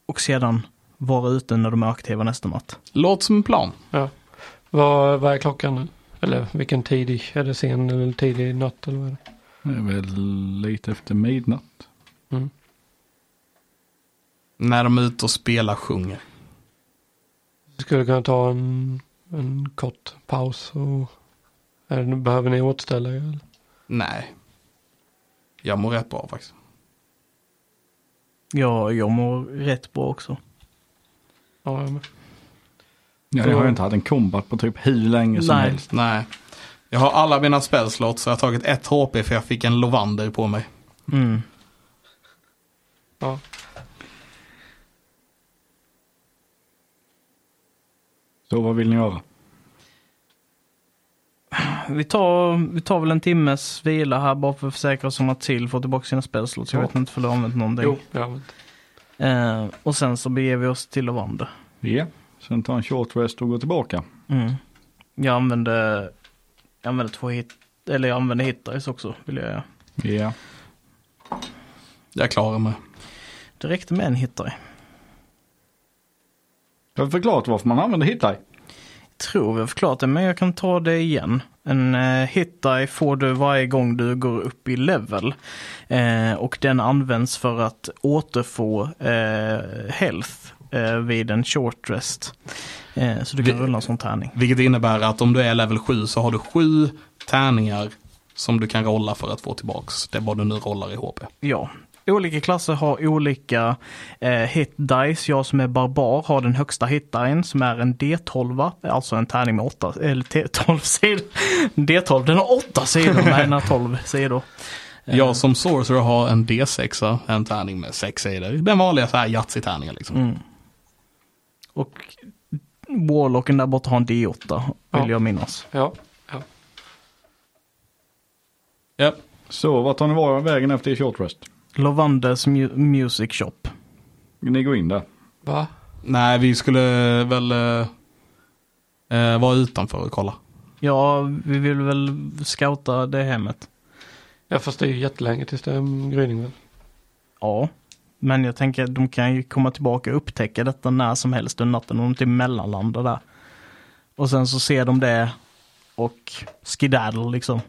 B: och sedan vara ute när de är aktiva nästa natt.
A: Låter som en plan.
D: Ja. Vad, vad är klockan nu? Eller vilken tidig? Är det sen eller tidig natt eller vad är det?
E: Det är väl lite efter midnatt.
A: När de är ute och spelar sjunger.
D: Vi skulle kunna ta en, en kort paus och är det, behöver ni återställa er? eller?
A: Nej. Jag mår rätt bra faktiskt.
B: Ja, jag mår rätt bra också.
D: Ja, jag med.
E: Ja, jag har ju inte haft en kombat på typ hur länge som
B: Nej.
E: helst.
A: Nej. Jag har alla mina spellslott så jag har tagit ett HP för jag fick en Lovander på mig.
B: Mm.
D: Ja.
E: Så vad vill ni göra?
B: Vi, tar, vi tar väl en timmes vila här bara för att försäkra oss om att till får tillbaka sina spelslott. Jag
D: Ja.
B: vet inte för du har använt någonting.
D: Jo, jag vet.
B: Eh, och sen så beger vi oss till Levander.
E: Ja, sen ta en short rest och gå tillbaka.
B: Mm. Jag använde, jag använde två hit, eller jag använde hitdice också vill jag göra.
E: Ja,
A: Jag klarar mig.
B: Det räckte med en hitdice.
E: jag har förklarat varför man använder hittaj.
B: Tror vi har förklarat det men jag kan ta det igen. En eh, hitdice får du varje gång du går upp i level. Eh, och den används för att återfå eh, health eh, vid en short rest. Eh, så du kan
A: Vi-
B: rulla en sån tärning.
A: Vilket innebär att om du är level 7 så har du sju tärningar som du kan rolla för att få tillbaks. Det är vad du nu rollar i HP.
B: Ja. Olika klasser har olika eh, hit dice. Jag som är barbar har den högsta hit dicen som är en D12, alltså en tärning med 8, eller t- 12 sidor. D12, den har 8 sidor, nej den har 12 sidor.
A: Jag som sorcerer har en D6, en tärning med sex sidor. Den vanliga så här Yatzy-tärningen liksom.
B: Mm. Och Warlocken där borta har en D8, vill
D: Ja.
B: jag minnas.
D: Ja, ja.
A: Ja.
E: Så vad tar ni var vägen efter i short rest?
B: Lovandes mu- Music Shop.
E: Ni går in där.
D: Va?
A: Nej, vi skulle väl eh, eh, vara utanför och kolla.
B: Ja, vi vill väl scouta det hemmet.
D: Ja, fast det är ju jättelänge tills det är mm, gryning väl?
B: Ja, men jag tänker att de kan ju komma tillbaka och upptäcka detta när som helst under natten om de inte mellanlandar där. Och sen så ser de det och skedaddle liksom.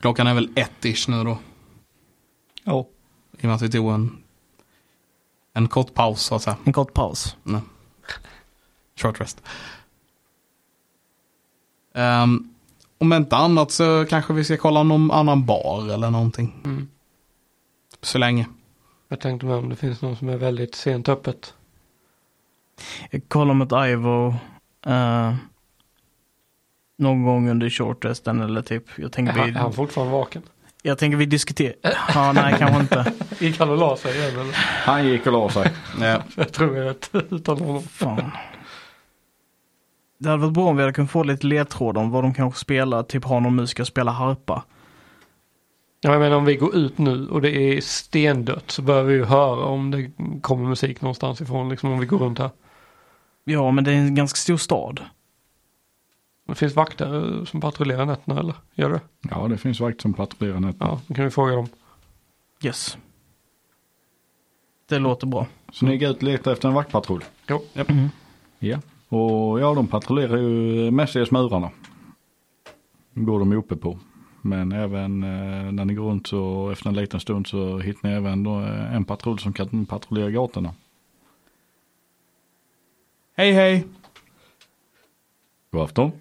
A: Klockan är väl ett-ish nu då.
E: Ja.
A: I och med att vi tog en, en kort paus så att säga.
B: En kort paus.
A: Nej. Short rest. Ehm, om inte annat så kanske vi ska kolla någon annan bar eller någonting.
D: Mm.
A: Så länge.
D: Jag tänkte med om det finns någon som är väldigt sent öppet.
B: Jag kollar mot Ivo eh, någon gång under shortresten eller typ. Jag
D: Är
B: tänker
D: han,
B: vi,
D: är han fortfarande vaken?
B: jag tänker vi diskuterar. Ja, nej kanske inte.
D: Gick han och la sig igen eller?
E: Han gick och la sig.
A: Ja.
D: Jag tror jag rätt utan honom.
B: Fan. Det hade varit bra om vi hade kunnat få lite ledtrådar om vad de kanske spelar. Typ har någon musiker spela harpa.
D: Ja, jag menar om vi går ut nu och det är stendött så bör vi ju höra om det kommer musik någonstans ifrån. Liksom om vi går runt här.
B: Ja, men det är en ganska stor stad.
D: Det finns vakter eh, som patrullerar nätterna eller? Gör det?
E: Ja, det finns vakt som patrullerar nätterna.
D: Ja, då kan vi fråga dem.
B: Yes. Det låter bra.
E: Så ni går ut och letar efter en vaktpatrull?
D: Jo.
B: Mm.
E: Ja. Och ja, de patrullerar ju mestadels murarna. Går de ju uppe på. Men även eh, när ni går runt så efter en liten stund så hittar ni även då, eh, en patrull som kan patrullera gatorna.
A: Hej hej!
E: God afton.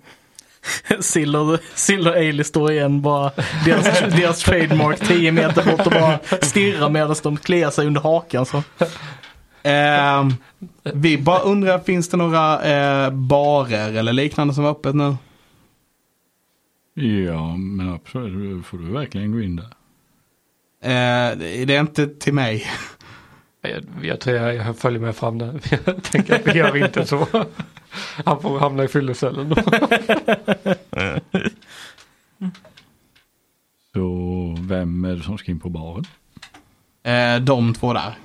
B: Siller, Siller och Ailey står igen bara, deras, deras trademark 10 meter bort och bara stirrar medan de kliar sig under hakan. Så.
A: Ehm, vi bara undrar, finns det några eh, barer eller liknande som är öppet nu?
E: Ja, men absolut, får du verkligen gå in där?
A: Eh, det är inte till mig.
D: Jag, jag tror jag, jag följer med fram där. Jag tänker att vi gör inte så. Han får hamna i fyllecellen.
E: Så vem är det som ska in på baren?
A: Eh, de två där.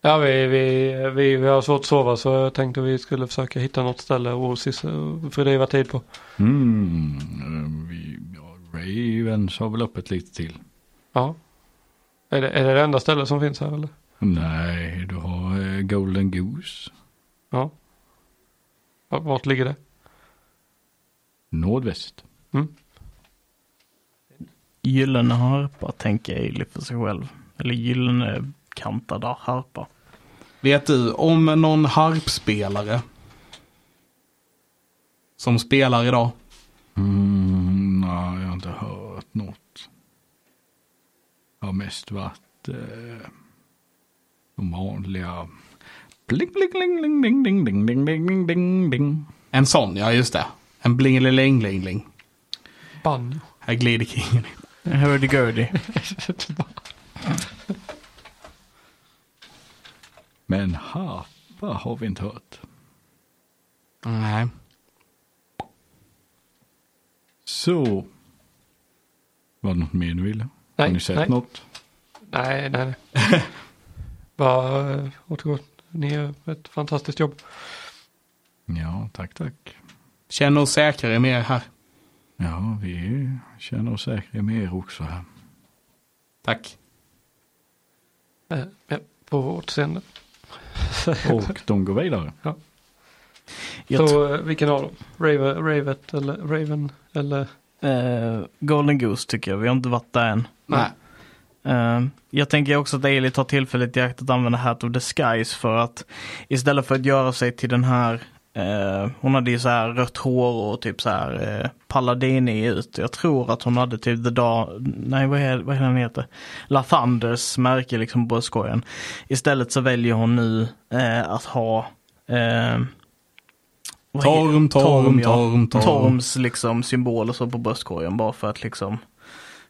D: Ja, vi, vi, vi, vi har svårt att sova så jag tänkte vi skulle försöka hitta något ställe att sys- att fördriva tid på.
C: Mm, eh, vi, ja, Ravens har väl öppet lite till.
D: Ja. Är det, är det det enda stället som finns här eller?
C: Nej, du har eh, Golden Goose.
D: Ja. Va- Vart ligger det?
C: Nordväst.
B: Gyllene harpa tänker Ailey för sig själv. Eller gyllene kantad harpa.
A: Vet du om någon harpspelare som spelar idag?
C: Mm, nej, jag har inte hört något. Jag har mest varit eh, de vanliga. Bling, bling, bling, bling, ding, ding, ding, ding, ding, ding, ding.
A: En sån, ja just det. En blingelingling.
D: Banjo.
A: Här glider kingen in.
B: Hurdy-gurdy.
C: Men harpa har vi inte hört.
A: Nej.
C: Så. Var det något mer du ville?
D: Nej,
C: har ni sett
D: nej.
C: något?
D: Nej, nej, nej. Bara eh, återgå. Ni gör ett fantastiskt jobb.
C: Ja, tack, tack.
A: Känner oss säkrare med er här.
C: Ja, vi känner oss säkra med er också här.
A: Tack.
D: Eh, ja, På återseende.
C: Och de går vidare.
B: Jag tror,
D: Så eh, vilken av dem? Raven, Ravet eller Raven eller?
B: eh, Golden Goose tycker jag, vi har inte varit där än.
A: Nej.
B: Eh, jag tänker också att Ailey tar tillfället i akt att använda Hat of Disguise för att istället för att göra sig till den här, eh, hon hade ju så här rött hår och typ så här eh, Palladini ut. Jag tror att hon hade typ The Dawn, nej vad är, vad är den heter? La Thunders märke liksom på bröstkorgen. Istället så väljer hon nu eh, att ha eh, vad heter-
A: Torm, torm,
B: ja.
A: torm, torm.
B: Torms liksom symbol och så på bröstkorgen bara för att liksom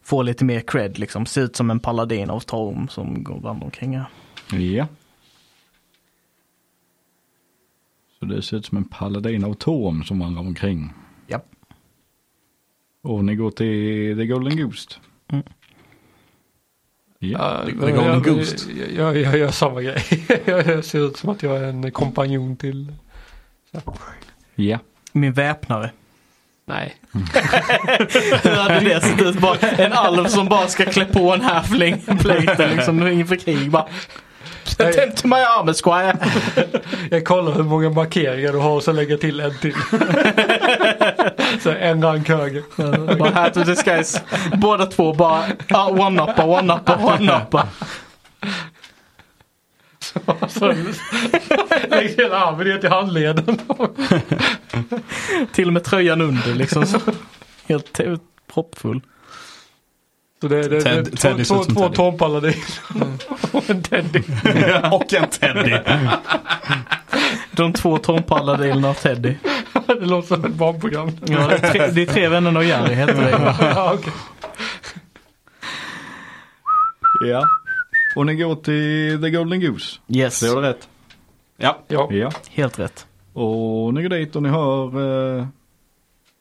B: få lite mer cred liksom. Se ut som en paladin av Torm som går vandrar omkring här.
C: Ja. Så det ser ut som en paladin av Torm som vandrar omkring.
B: Japp.
C: Och ni går till The Golden Ghost.
B: Mm.
C: Ja.
D: Ah, Ja,
A: The Golden
D: jag,
A: Ghost.
D: Jag, jag, jag gör samma grej. jag ser ut som att jag är en kompanjon till.
C: ja.
B: Min väpnare.
D: Nej.
B: Hur hade det sett ut? Bara en alv som bara ska klä på en halfling plate liksom. Det är ingen för krig bara.
D: Nej.
B: Tend to my arm squire.
D: Jag kollar hur många markeringar du har och så lägger jag till en till. så en rank höger.
B: Bara hat of disguise. Båda två bara ah, one-uppa, one-uppa, one-uppa.
D: så lägger hela armen ner till handleden.
B: Till och med tröjan under liksom. Så. Helt eh, proppfull.
D: Så det, det,
A: Ted-
D: det,
A: Teddy ser
D: två
A: ut som Mm.
D: två, två
A: Teddy.
D: tåmpaladiner och en Teddy.
A: Och en teddy.
B: De två tormpalladilerna av Teddy.
D: Det låter som ett barnprogram.
B: Ja, det, är tre, det är tre vänner och Jerry heter det.
D: ja, okej.
C: ja. Och ni går till The Golden Goose.
B: Yes,
C: Det är det rätt?
A: Ja.
D: ja.
C: Ja.
B: helt rätt.
C: Och ni går dit och ni hör eh,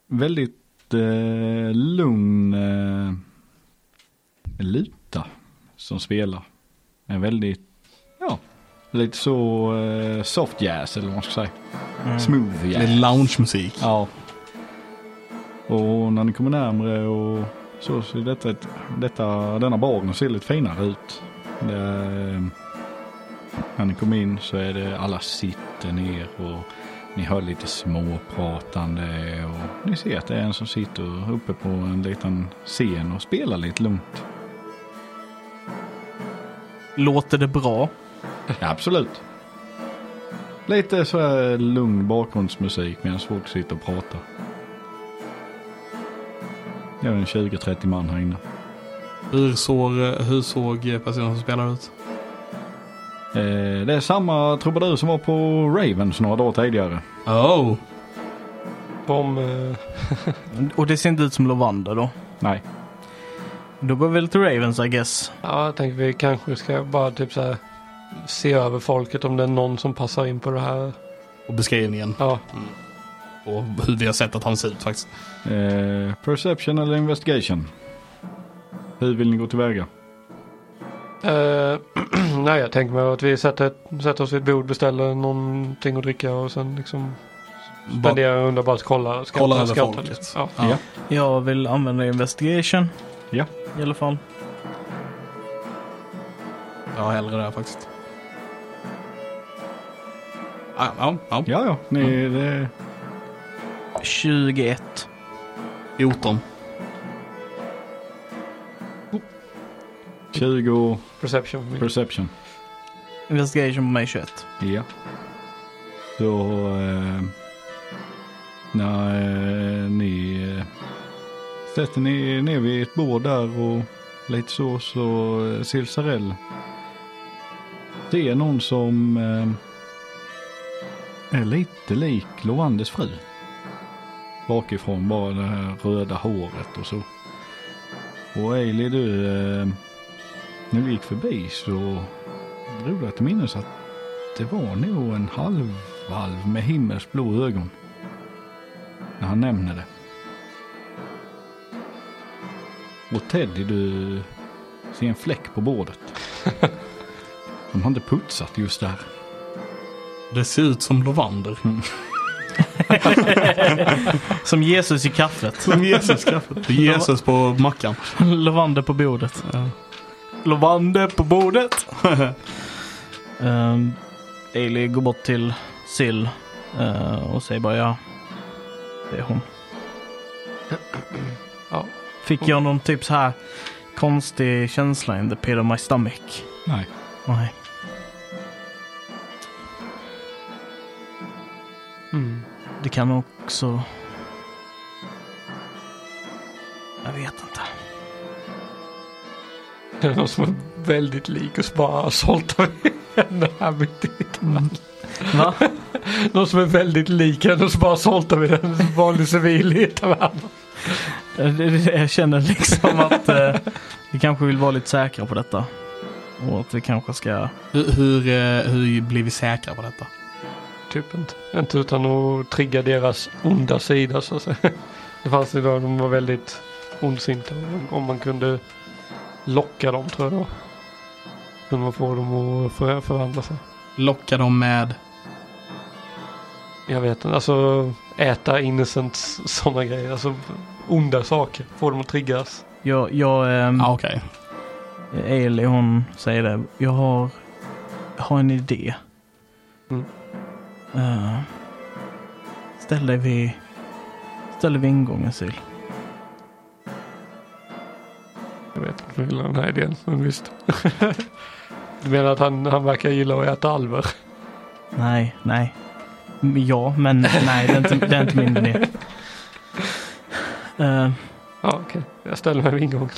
C: väldigt eh, lugn eh, luta som spelar. En väldigt, ja, lite så eh, soft jazz eller vad man ska säga. Smooth
A: Det är
C: jazz.
A: loungemusik.
C: Ja. Och när ni kommer närmre och så ser detta, ett- detta, denna baren ser lite finare ut. Det, är- när ni kommer in så är det alla sitter ner och ni hör lite småpratande och ni ser att det är en som sitter uppe på en liten scen och spelar lite lugnt.
B: Låter det bra?
C: Absolut. Lite så här lugn bakgrundsmusik medan folk sitter och pratar. Det är en 20-30 man här inne.
A: Hur, såg, hur såg personen som spelar ut?
C: Eh, det är samma trubadur som var på Ravens några dagar tidigare.
A: Oh.
D: Bom, eh,
B: Och det ser inte ut som Lovander då?
C: Nej.
B: Då går vi väl till Ravens I guess.
D: ja, jag tänker vi kanske ska bara typ så här se över folket om det är någon som passar in på det här.
A: Och beskrivningen.
D: Ja,
A: Och hur vi har sett att han ser ut faktiskt.
C: Eh, perception eller investigation? Hur vill ni gå tillväga?
D: Eh, nej, jag tänker mig att vi sätter, sätter oss vid ett bord, beställer någonting att dricka och sen liksom spenderar en runda bara att kolla. Skratta,
A: Kolla över
D: skratta,
A: folket.
D: liksom. Ja.
A: Ja.
B: Jag vill använda investigation
C: Ja.
B: i alla fall.
A: Jag har hellre det här faktiskt. Ja, Ah, ja, ja.
C: Ja, ja. Ni, det,
B: 21.
A: 14.
C: 20
D: Perception. för mig.
C: perception.
B: Investigation på mig 21.
C: Ja. Så eh, när eh, ni eh, sätter ni ner vid ett bord där och lite så så eh, Silsarell ser någon som eh, är lite lik Lovandes fru. Bakifrån bara det här röda håret och så. Och Eili du, eh, när vi gick förbi så drog jag till minnes att det var nog en halvvalv med himmelsblå ögon. När han nämnde det. Och Teddy, du ser en fläck på bordet. De har inte putsat just där.
A: Det ser ut som Lovander.
B: Som Jesus i kaffet.
A: Som Jesus Jesus på mackan.
B: Lavande på bordet. Lavande på bordet! um, Daily går bort till Sill eh, och säger bara ja. Det är hon.
D: Ja.
B: Fick jag någon typ så här konstig känsla in the pit of my stomach?
C: Nej.
B: Nej.
D: Mm.
B: Det kan också... Jag vet inte.
D: Det är någon som är väldigt lik och så bara har sålt av henne här mitt i ett land.
B: Va?
D: Någon som är väldigt lik henne och så bara sålt av henne som vanlig civil i ett land.
B: Det- det- Jag känner liksom att eh, vi kanske vill vara lite säkra på detta. Och att vi kanske ska...
A: Hur, hur, eh, hur blir vi säkra på detta?
D: Typ inte. Inte utan att trigga deras onda sida så att säga. Det fanns ju de som var väldigt ondsinta. Om man kunde locka dem tror jag då. Kunde man få dem att för- förvandla sig.
A: Locka dem med...
D: Jag vet inte, alltså äta innocents sådana grejer. Alltså onda saker. Få dem att triggas.
B: Jag, jag ehm,
A: Ja, okej.
B: Eli hon säger det. Jag har, jag har en idé.
D: Mm.
B: Eh, ställ dig vid, ställ dig vid ingången Sil.
D: Jag vet inte om jag gillar den här idén, men visst. du menar att han, han verkar gilla att äta alver?
B: Nej, nej. M- Ja, men nej, det är inte, det är inte min idé. Eh,
D: Ja, okej. Jag ställer mig vid ingången.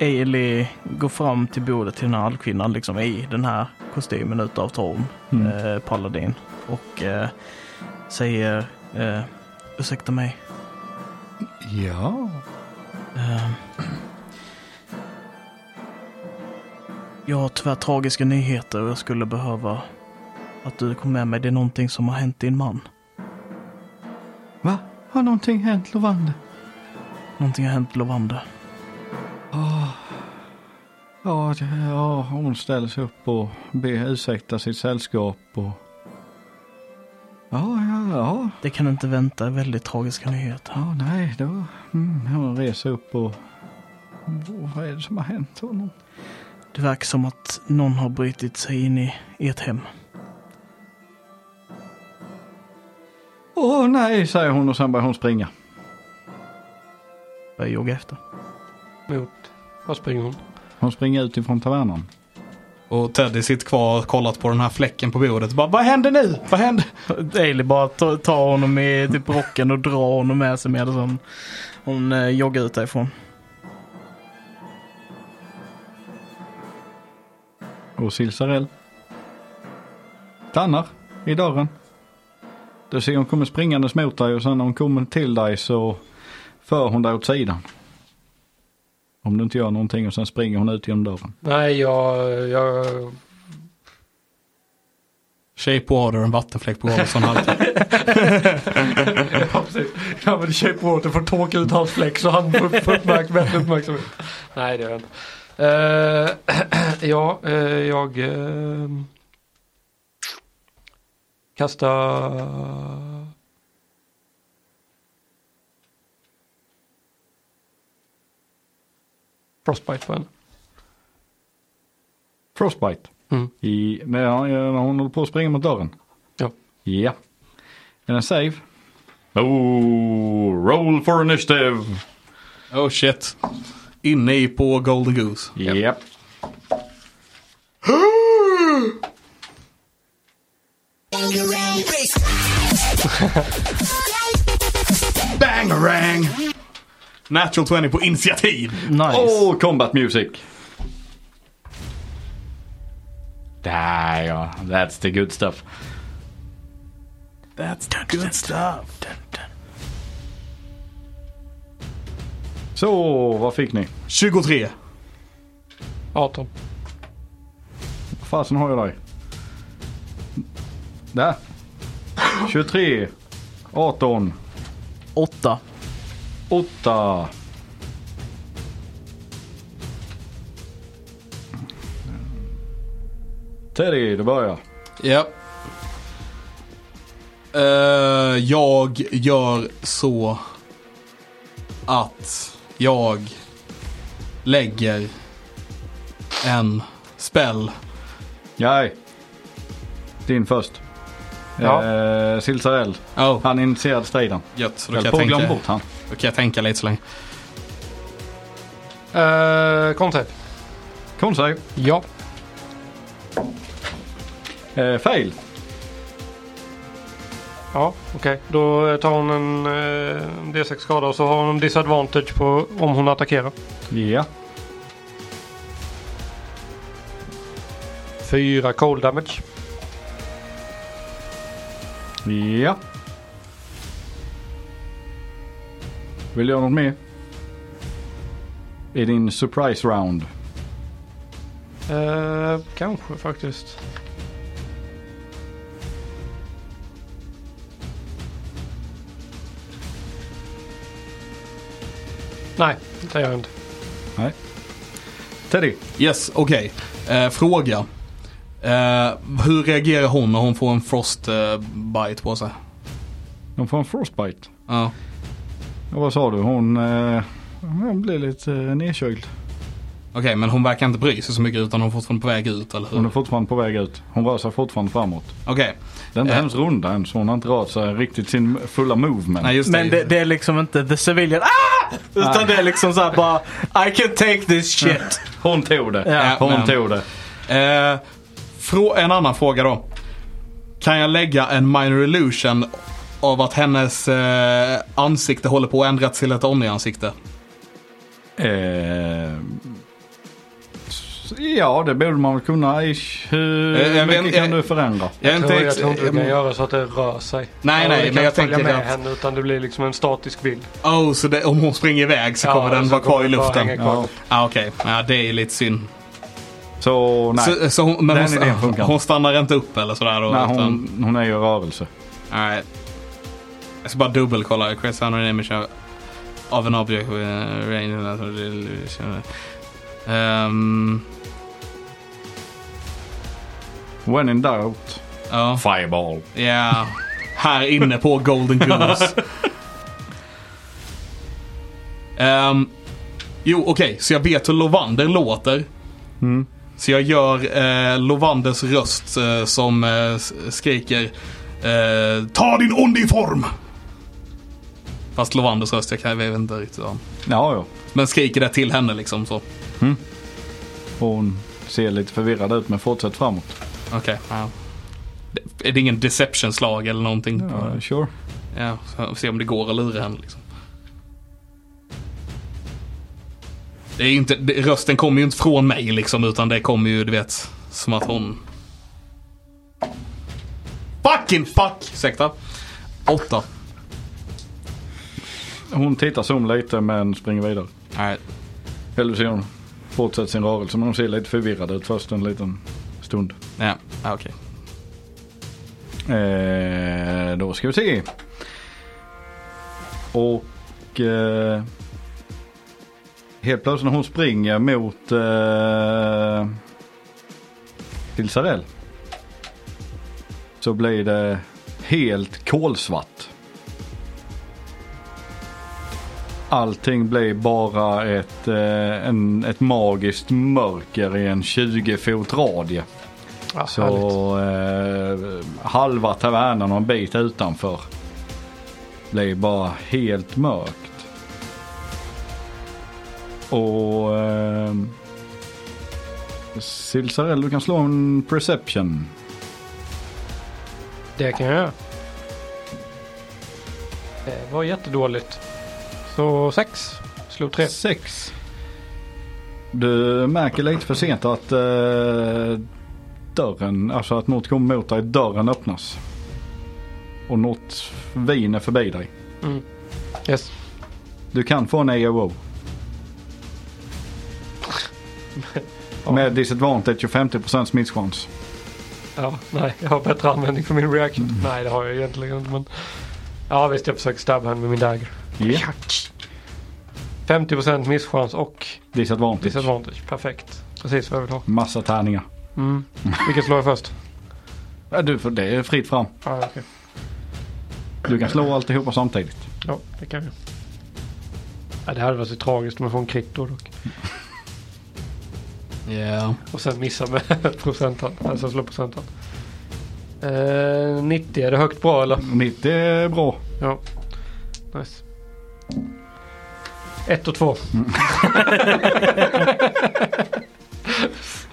B: Ailey går fram till bordet till den här alvkvinnan liksom i den här kostymen utav Torm,
C: Mm.
B: eh, Paladin. Och eh, säger, eh, ursäkta mig,
C: Ja.
B: eh, jag har tyvärr tragiska nyheter och jag skulle behöva att du kom med mig. Det är någonting som har hänt din man.
C: Va? Har någonting hänt Lovander?
B: Någonting har hänt Lovander.
C: Ja, det- ja, hon ställer sig upp och ber ursäkta sitt sällskap och... Ja, ja, ja.
B: Det kan inte vänta, väldigt tragiska nyheter.
C: Ja, nej, det var... Mm, hon reser upp och... Vad är det som har hänt honom?
B: Det verkar som att någon har brutit sig in i ert hem.
C: Åh nej, säger hon och sen börjar hon springa.
B: Börjar jogga efter.
D: Mot, vad springer hon?
C: Hon springer ut ifrån tavernan.
A: Och Teddy sitter kvar och kollat på den här fläcken på bordet. Bara, vad händer nu? Vad händer?
B: Daily bara tar ta honom i typ rocken och drar honom med sig medan hon, hon eh, joggar ut därifrån.
C: Och Silsarell stannar i dörren. Du ser hon kommer springandes mot dig och sen när hon kommer till dig så för hon dig åt sidan. Om du inte gör någonting och sen springer hon ut genom dörren.
D: Nej, jag, jag
A: Shapewater, en vattenfläck på golvet som halkar.
D: Ja, precis. Ja, men Shape Water får tåka ut hans fläck så han får får uppmärk- väl uppmärksamhet. Nej, det gör jag inte. Eh, ja, eh, jag eh, kastar... Frostbite på henne.
C: Frostbite.
D: Mm.
C: I, när hon- när hon håller på att springa mot dörren.
D: Ja.
C: Ja. Är den save? Oh, roll for initiative.
A: Oh shit. Inne i på Golden Goose.
C: Japp. Yep.
A: Bangarang! Natural 20 på initiativ.
B: Nice.
C: Oh, combat music. Där ja, that's the good stuff.
B: That's good stuff. Dun, dun.
C: Så, vad fick ni?
A: 23.
D: 18.
C: Vad fasen har jag dig? Där. 23, 18,
B: Åtta.
C: 8. Teddy, du börjar.
A: Ja. Eh, jag gör så att jag lägger en spell.
C: Nej. Din först.
D: Ja.
C: Eh, Silsarell.
A: Oh,
C: Han initierade striden.
A: gött. Så Då
C: Jag
A: kan
C: höll
A: jag,
C: på att
A: tänka,
C: glömma bort han.
A: då kan jag tänka lite så länge.
D: Uh, Concept.
C: Konstig.
D: Ja.
C: Eh, fail.
D: Ja, okej. Då tar hon en eh, D6 skada och så har hon en disadvantage på om hon attackerar.
C: Ja.
D: Fyra cold damage.
C: Ja. Vill du göra något mer? I din surprise round.
D: Eh, kanske faktiskt. Nej, det gör jag inte.
C: Teddy.
A: Yes, okej. Eh, fråga. Eh, hur reagerar hon när hon får en frost eh, bite på sig?
C: De får en frostbite.
A: Ja.
C: Och vad sa du? Hon, eh, hon blir lite eh, nedkyld.
A: Okej, men hon verkar inte bry sig så mycket utan hon är fortfarande på väg ut, eller hur?
C: Hon är
A: Okej.
C: fortfarande på väg ut. Hon rör sig fortfarande framåt. Det är inte
A: Eh.
C: hennes runda än så hon har inte rört sig riktigt sin fulla movement.
A: Nej, just
B: Men det, det är liksom inte the civilian ah! Utan det är liksom såhär bara I can take this shit.
C: Hon tog det.
B: Ja,
C: hon
A: men-
C: tog det.
A: Eh, frå- en annan fråga då. Kan jag lägga en minor illusion av att hennes eh, ansikte håller på att ändras till ett Omni-ansikte?
C: Eh, s- ja, det borde man väl kunna. Ish. Hur
A: Eh, jag vet-
C: mycket kan
A: eh,
C: du förändra?
A: Jag är
D: Jag tror, jag
A: ex-
D: tror inte du kan
A: eh,
D: göra så att det rör sig.
A: Nej,
D: Eller
A: nej,
D: du kan
A: men jag
D: inte följa
A: tänker
D: med
A: att-
D: henne utan det blir liksom en statisk bild.
A: Oh, så det, om hon springer iväg så kommer den
D: så
A: vara kvar i
D: den bara
A: luften?
D: hänga
A: Ja,
D: kvar.
C: Ja.
A: ah, okej. Ja, det är ju lite synd.
C: Så nej.
A: Så, så hon, men
C: Den
A: hon,
C: idén
A: st-
C: funkar.
A: hon stannar inte upp eller sådär då?
C: nej
A: utan-
C: hon, hon är ju i rörelse.
A: Nej. Jag ska bara dubbelkolla. Creates under an image of, of an object with a range of natural illusion. Ehm,
C: When in doubt.
A: Ja,
C: Fireball.
A: ja. Här inne på Golden Goose. Ehm, jo, okej. Så jag vet hur Lovander låter.
C: Mm.
A: Så jag gör eh, Lovanders röst eh, som eh, s- skriker eh, Ta din ondiform! Fast Lovanders röst, jag, kan, jag vet inte riktigt. vad han-
C: Ja, ja.
A: Men skriker det till henne liksom så.
C: Hon ser lite förvirrad ut men fortsätt framåt.
A: Okej. Ja. Det- Är det ingen deception-slag eller någonting?
C: Ja,
A: Ja.
C: sure.
A: så se om det går att lura henne liksom. Det är ju inte, det, rösten kommer ju inte från mig liksom utan det kommer ju du vet som att hon... Fucking fuck! Ursäkta. Åtta.
C: Hon tittar som lite men springer vidare.
A: Nej.
C: Eller ser hon fortsätter sin rörelse men hon ser lite förvirrad ut först en liten stund.
A: Ja, ah, okej.
C: Eh, då ska vi se. Och eh, helt plötsligt när hon springer mot eh, till Sarell. Så blir det helt kolsvart. Allting blir bara ett, eh, en, ett magiskt mörker i en 20 fot radie.
D: Ja, härligt.
C: Så eh, halva tavernan och en bit utanför blev bara helt mörkt. Och eh, Silsarell, du kan slå en perception.
D: Det kan jag göra. Det var jättedåligt. Så sex. Slog tre.
C: Sex. Du märker lite för sent att eh, dörren, alltså att något kommer mot dig, dörren öppnas. Och något viner förbi dig.
D: Yes.
C: Du kan få en AOO. Med disadvantage och 50% smittchans.
D: Ja, nej, jag har bättre användning för min reaction. Nej, det har jag egentligen inte. Men... Ja, visst, jag försöker stabba henne med min dagger.
C: Yeah.
D: 50% misschans och
C: Disadvantage.
D: disadvantage. Perfekt. Precis vad jag vill ha.
C: Massa tärningar.
D: Mm. Vilken slår jag först?
C: Ja, du, får- det är fritt fram.
D: Ah, okej.
C: Du kan slå alltihopa samtidigt.
D: Ja, det kan jag. Ja, det hade varit så tragiskt om jag får en crit då dock.
A: Yeah.
D: Och sen missa med procentan. Alltså slå procentan. Eh, 90, är det högt bra eller?
C: Mitt är bra.
D: Ja. Nice. Ett och två.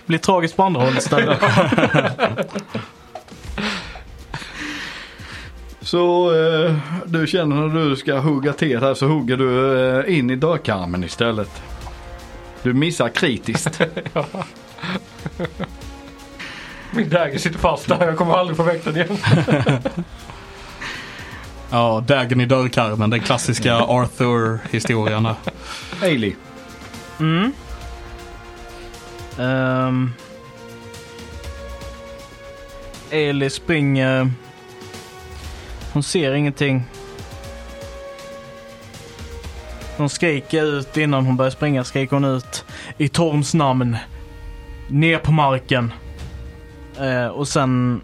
B: Blir tragiskt på andra hållet istället.
C: Så eh, du känner när du ska hugga till här så hugger du eh, in i dörrkarmen istället. Du missar kritiskt.
D: Min dagger sitter fast där. Jag kommer aldrig få väck den igen.
A: Ja, Dagen i dörrkarmen, den klassiska Arthur-historien. där.
C: Ailey,
B: Mm. Ehm. Eli springer. Hon ser ingenting. Hon skriker ut innan hon börjar springa. Skriker hon ut i Torms namn. Ner på marken. Eh, och sen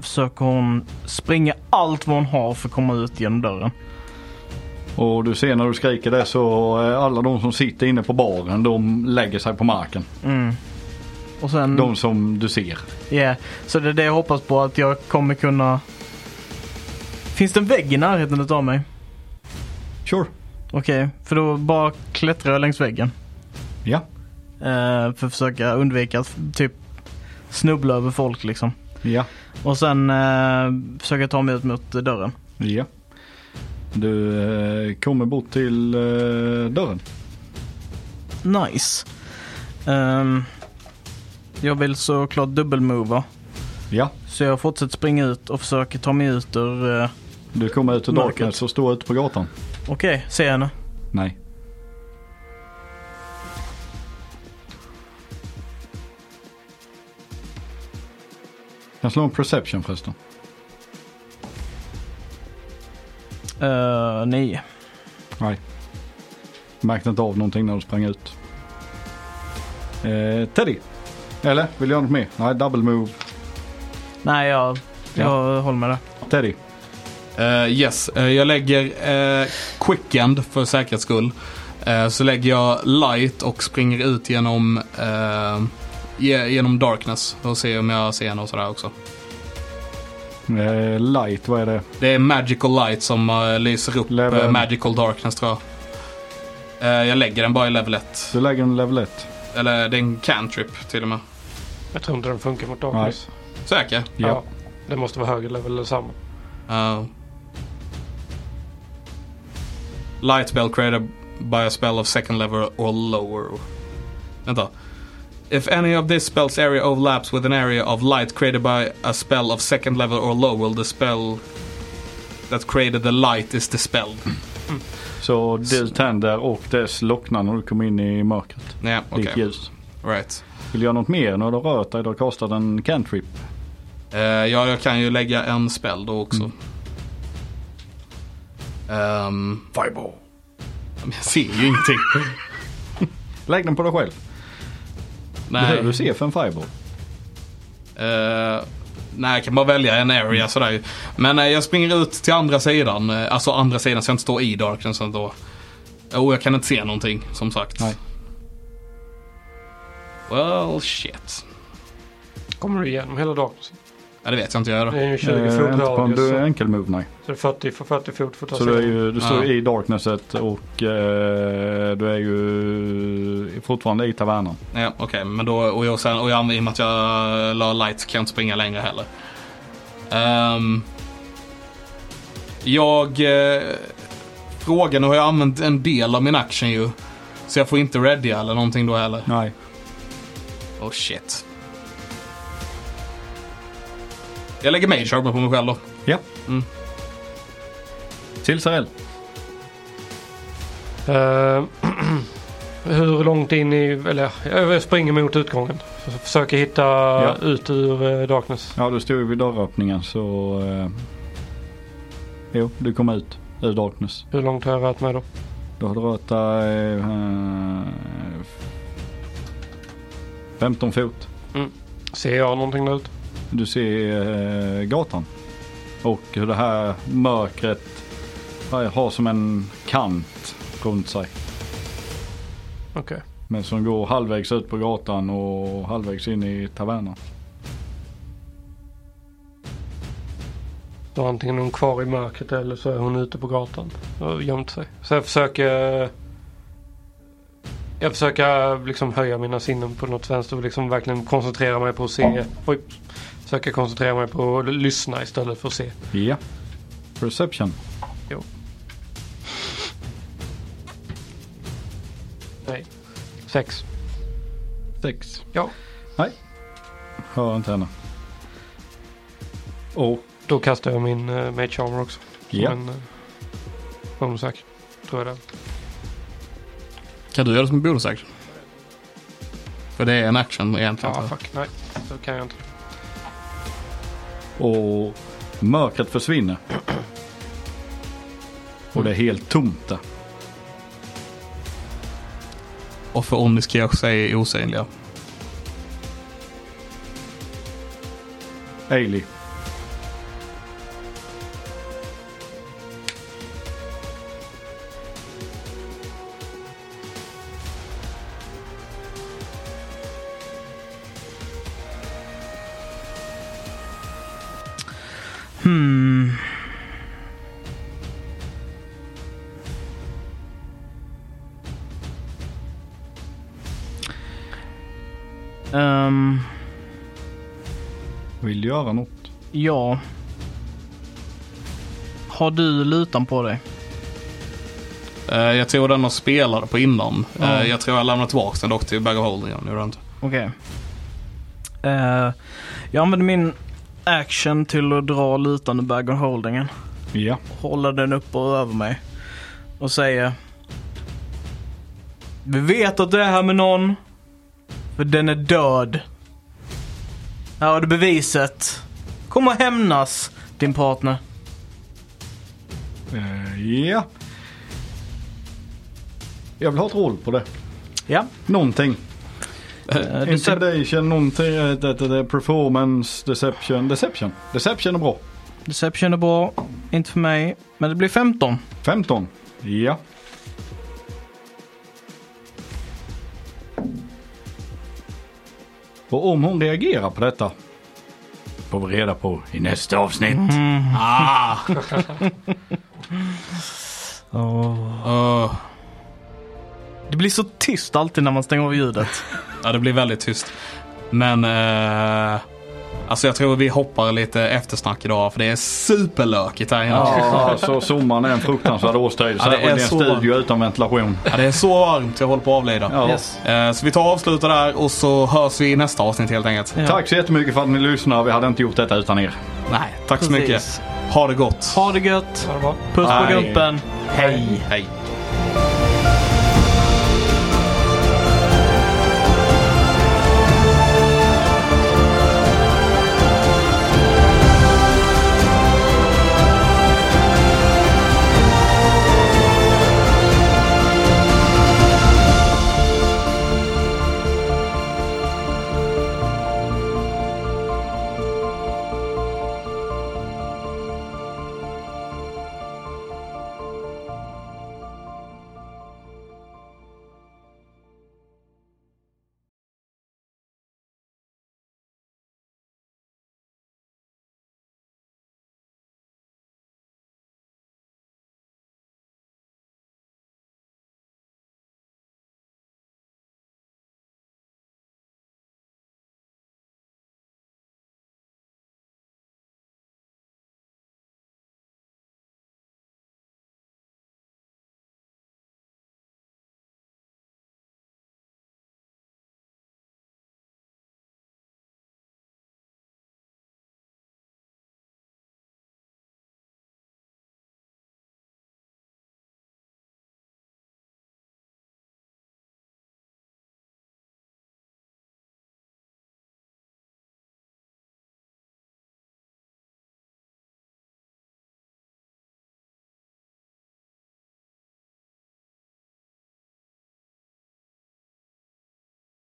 B: försöker hon springa allt vad hon har för att komma ut genom dörren.
C: Och du ser när du skriker det så eh, alla de som sitter inne på baren de lägger sig på marken.
B: Mm. Och sen...
C: De som du ser.
B: Ja, så det är det jag hoppas på att jag kommer kunna... Finns det en vägg i närheten av mig?
C: Sure.
B: Okej, för då bara klättrar jag längs väggen.
C: Ja.
B: Eh, för att försöka undvika att typ snubbla över folk liksom.
C: Ja.
B: Och sen eh, försöka ta mig ut mot eh, dörren.
C: Ja. Du eh, kommer bort till eh, dörren.
B: Nice. Ehm, jag vill såklart dubbelmova.
C: Ja.
B: Så jag fortsätter springa ut och försöker ta mig ut ur... eh,
C: Du kommer ut ur
B: Mörkret.
C: darkness och står ute på gatan.
B: Okej, ser jag henne?
C: Nej. Kan slå en perception förresten.
B: Eh, nej.
C: Nej. Märkte inte av någonting när du sprang ut. Eh, Teddy. Eller vill du göra något mer? Nej, double move.
B: Nej, jag, jag håller med där.
C: Teddy.
A: Eh, yes, eh, jag lägger uh, quickend för säkerhets skull. Eh, så lägger jag light och springer ut genom, eh, ge- genom darkness och ser om jag ser något sådär också.
C: Eh, light, vad är det?
A: Det är magical light som eh, lyser upp
C: Level.
A: eh, magical darkness tror jag. Eh, jag lägger den bara i level 1.
C: Du lägger en level 1.
A: Eller det är en cantrip till och med.
D: Jag tror inte den funkar mot darkness.
A: Säker?
C: Ja.
D: Ja. Det måste vara högre level eller samma.
A: Uh, light spell created by a spell of second level or lower. Vänta. If any of this spell's area overlaps with an area of light created by a spell of second level or lower, the spell that created the light is dispelled.
C: Hmm. Så du tänder och det slocknar när du kommer in i mörkret.
A: Ja, okej.
C: Ditt ljus.
A: Right.
C: Vill du göra något mer när du har rört dig? Du har kastat en cantrip.
A: Eh, ja, jag kan ju lägga en spell då också. Ehm,
C: Hmm. Fireball.
A: jag ser ju ingenting.
C: Lägg den på dig själv. Behöver du se för en fireball?
A: Eh, nej, jag kan bara välja en area sådär ju. Men eh, jag springer ut till andra sidan. eh, Alltså andra sidan så jag inte står i darknessen då. Oh, jag kan inte se någonting som sagt.
C: Nej.
A: Well, shit.
D: Kommer du igenom hela dagen?
A: Ja, det vet jag inte jag
D: Det
A: gör.
D: är ju 20
C: Eh,
D: fot
C: inte på om
D: radius.
C: du är
D: Så
C: enkel move, nej.
D: så det är 40, för 40 fot får ta
C: Så du, är
D: sig.
C: ju, du står
A: Ja.
C: i darknesset och eh, du är ju fortfarande i tavernan.
A: Ja, okej, men då, och, jag, sen, och jag, i och med att jag la light så kan jag inte springa längre heller. Ehm, jag... Eh, frågar, nu har jag använt en del av min action ju. Så jag får inte readya eller någonting då heller.
C: Nej.
A: Oh shit. Jag lägger mage armor på mig själv då.
C: Ja.
A: Mm.
C: Till Sarell.
D: Eh, hur långt in i... Eller jag springer mot utgången. Jag Försöker hitta ut ur eh, Darkness.
C: Ja, du stod ju vid dörröppningen så... Eh, jo, du kom ut ur darkness.
D: Hur långt har jag rört mig då?
C: Då har du rört dig... Eh, 15 fot.
D: Ser jag någonting där ute?
C: Du ser eh, gatan. Och hur det här mörkret här har som en kant runt sig.
D: Okej.
C: Men som går halvvägs ut på gatan och halvvägs in i tavernan.
D: Då antingen är hon kvar i mörkret eller så är hon ute på gatan och gömt sig. Så jag försöker... Jag försöker liksom höja mina sinnen på något vänster och liksom verkligen koncentrera mig på att se. Oj. Försöker koncentrera mig på att lyssna istället för att se.
C: Ja. Perception.
D: Nej. Sex.
C: 6.
D: Ja.
C: Hör inte henne. Och
D: Då kastar jag min uh, Mage Armor också. Som
C: Ja.
D: en eh, bonus action, Tror jag det är.
A: Kan du göra det som en bonus action? För det är en action egentligen.
D: Ja,
A: så.
D: fuck. Nej. Så kan jag inte.
C: och mörkret försvinner. Och det är helt tomt där.
A: och för Onnis Kiosk är osynliga.
C: Ailey.
B: Hmm. Ehm,
C: Vill du göra något?
B: ja. Har du lutan på dig?
A: Eh, jag tror den har spelat på innan. Eh,
B: Ja.
A: jag tror jag lämnat tillbaka den dock till Bag of Holding. Nu inte.
B: Okej. Eh, jag använder min action till att dra lutan ur bag and holdingen.
C: Ja.
B: håller den uppe och över mig och säger Vi vet att du är här med någon. För den är död. Här har du beviset. Kom och hämnas din partner.
C: Eh, ja. Jag vill ha ett roll på det.
B: Ja.
C: Någonting.
B: eh, du ser-
C: Intimidation, någonting. eh, Det, det, det, performance, deception. Deception. Deception är bra.
B: Deception är bra. Inte för mig. Men det blir 15.
C: 15. Ja. Och om hon reagerar på detta får vi reda på i nästa avsnitt.
A: Ah! Åh.
B: Det blir så tyst alltid när man stänger av ljudet.
A: Ja, det blir väldigt tyst. Men... Eh, alltså jag tror vi hoppar lite eftersnack idag för det är superlökigt här inne.
C: Ja, så sommaren är en fruktansvärd årstid.
A: Ja, det är
C: Särskilt i en
A: så.
C: studio utan ventilation.
A: Ja, det är så varmt jag håller på att avlida.
C: Ja.
B: Yes.
A: Eh, Så vi tar och avslutar där och så hörs vi i nästa avsnitt helt enkelt.
B: Ja.
C: Tack så jättemycket för att ni lyssnar. Vi hade inte gjort detta utan er.
A: Nej, tack så
B: Precis.
A: mycket. Ha det gott.
B: Ha det gött.
D: Ha det bra.
B: Puss på
C: Hej.
B: gumpen.
A: Hej. Hej.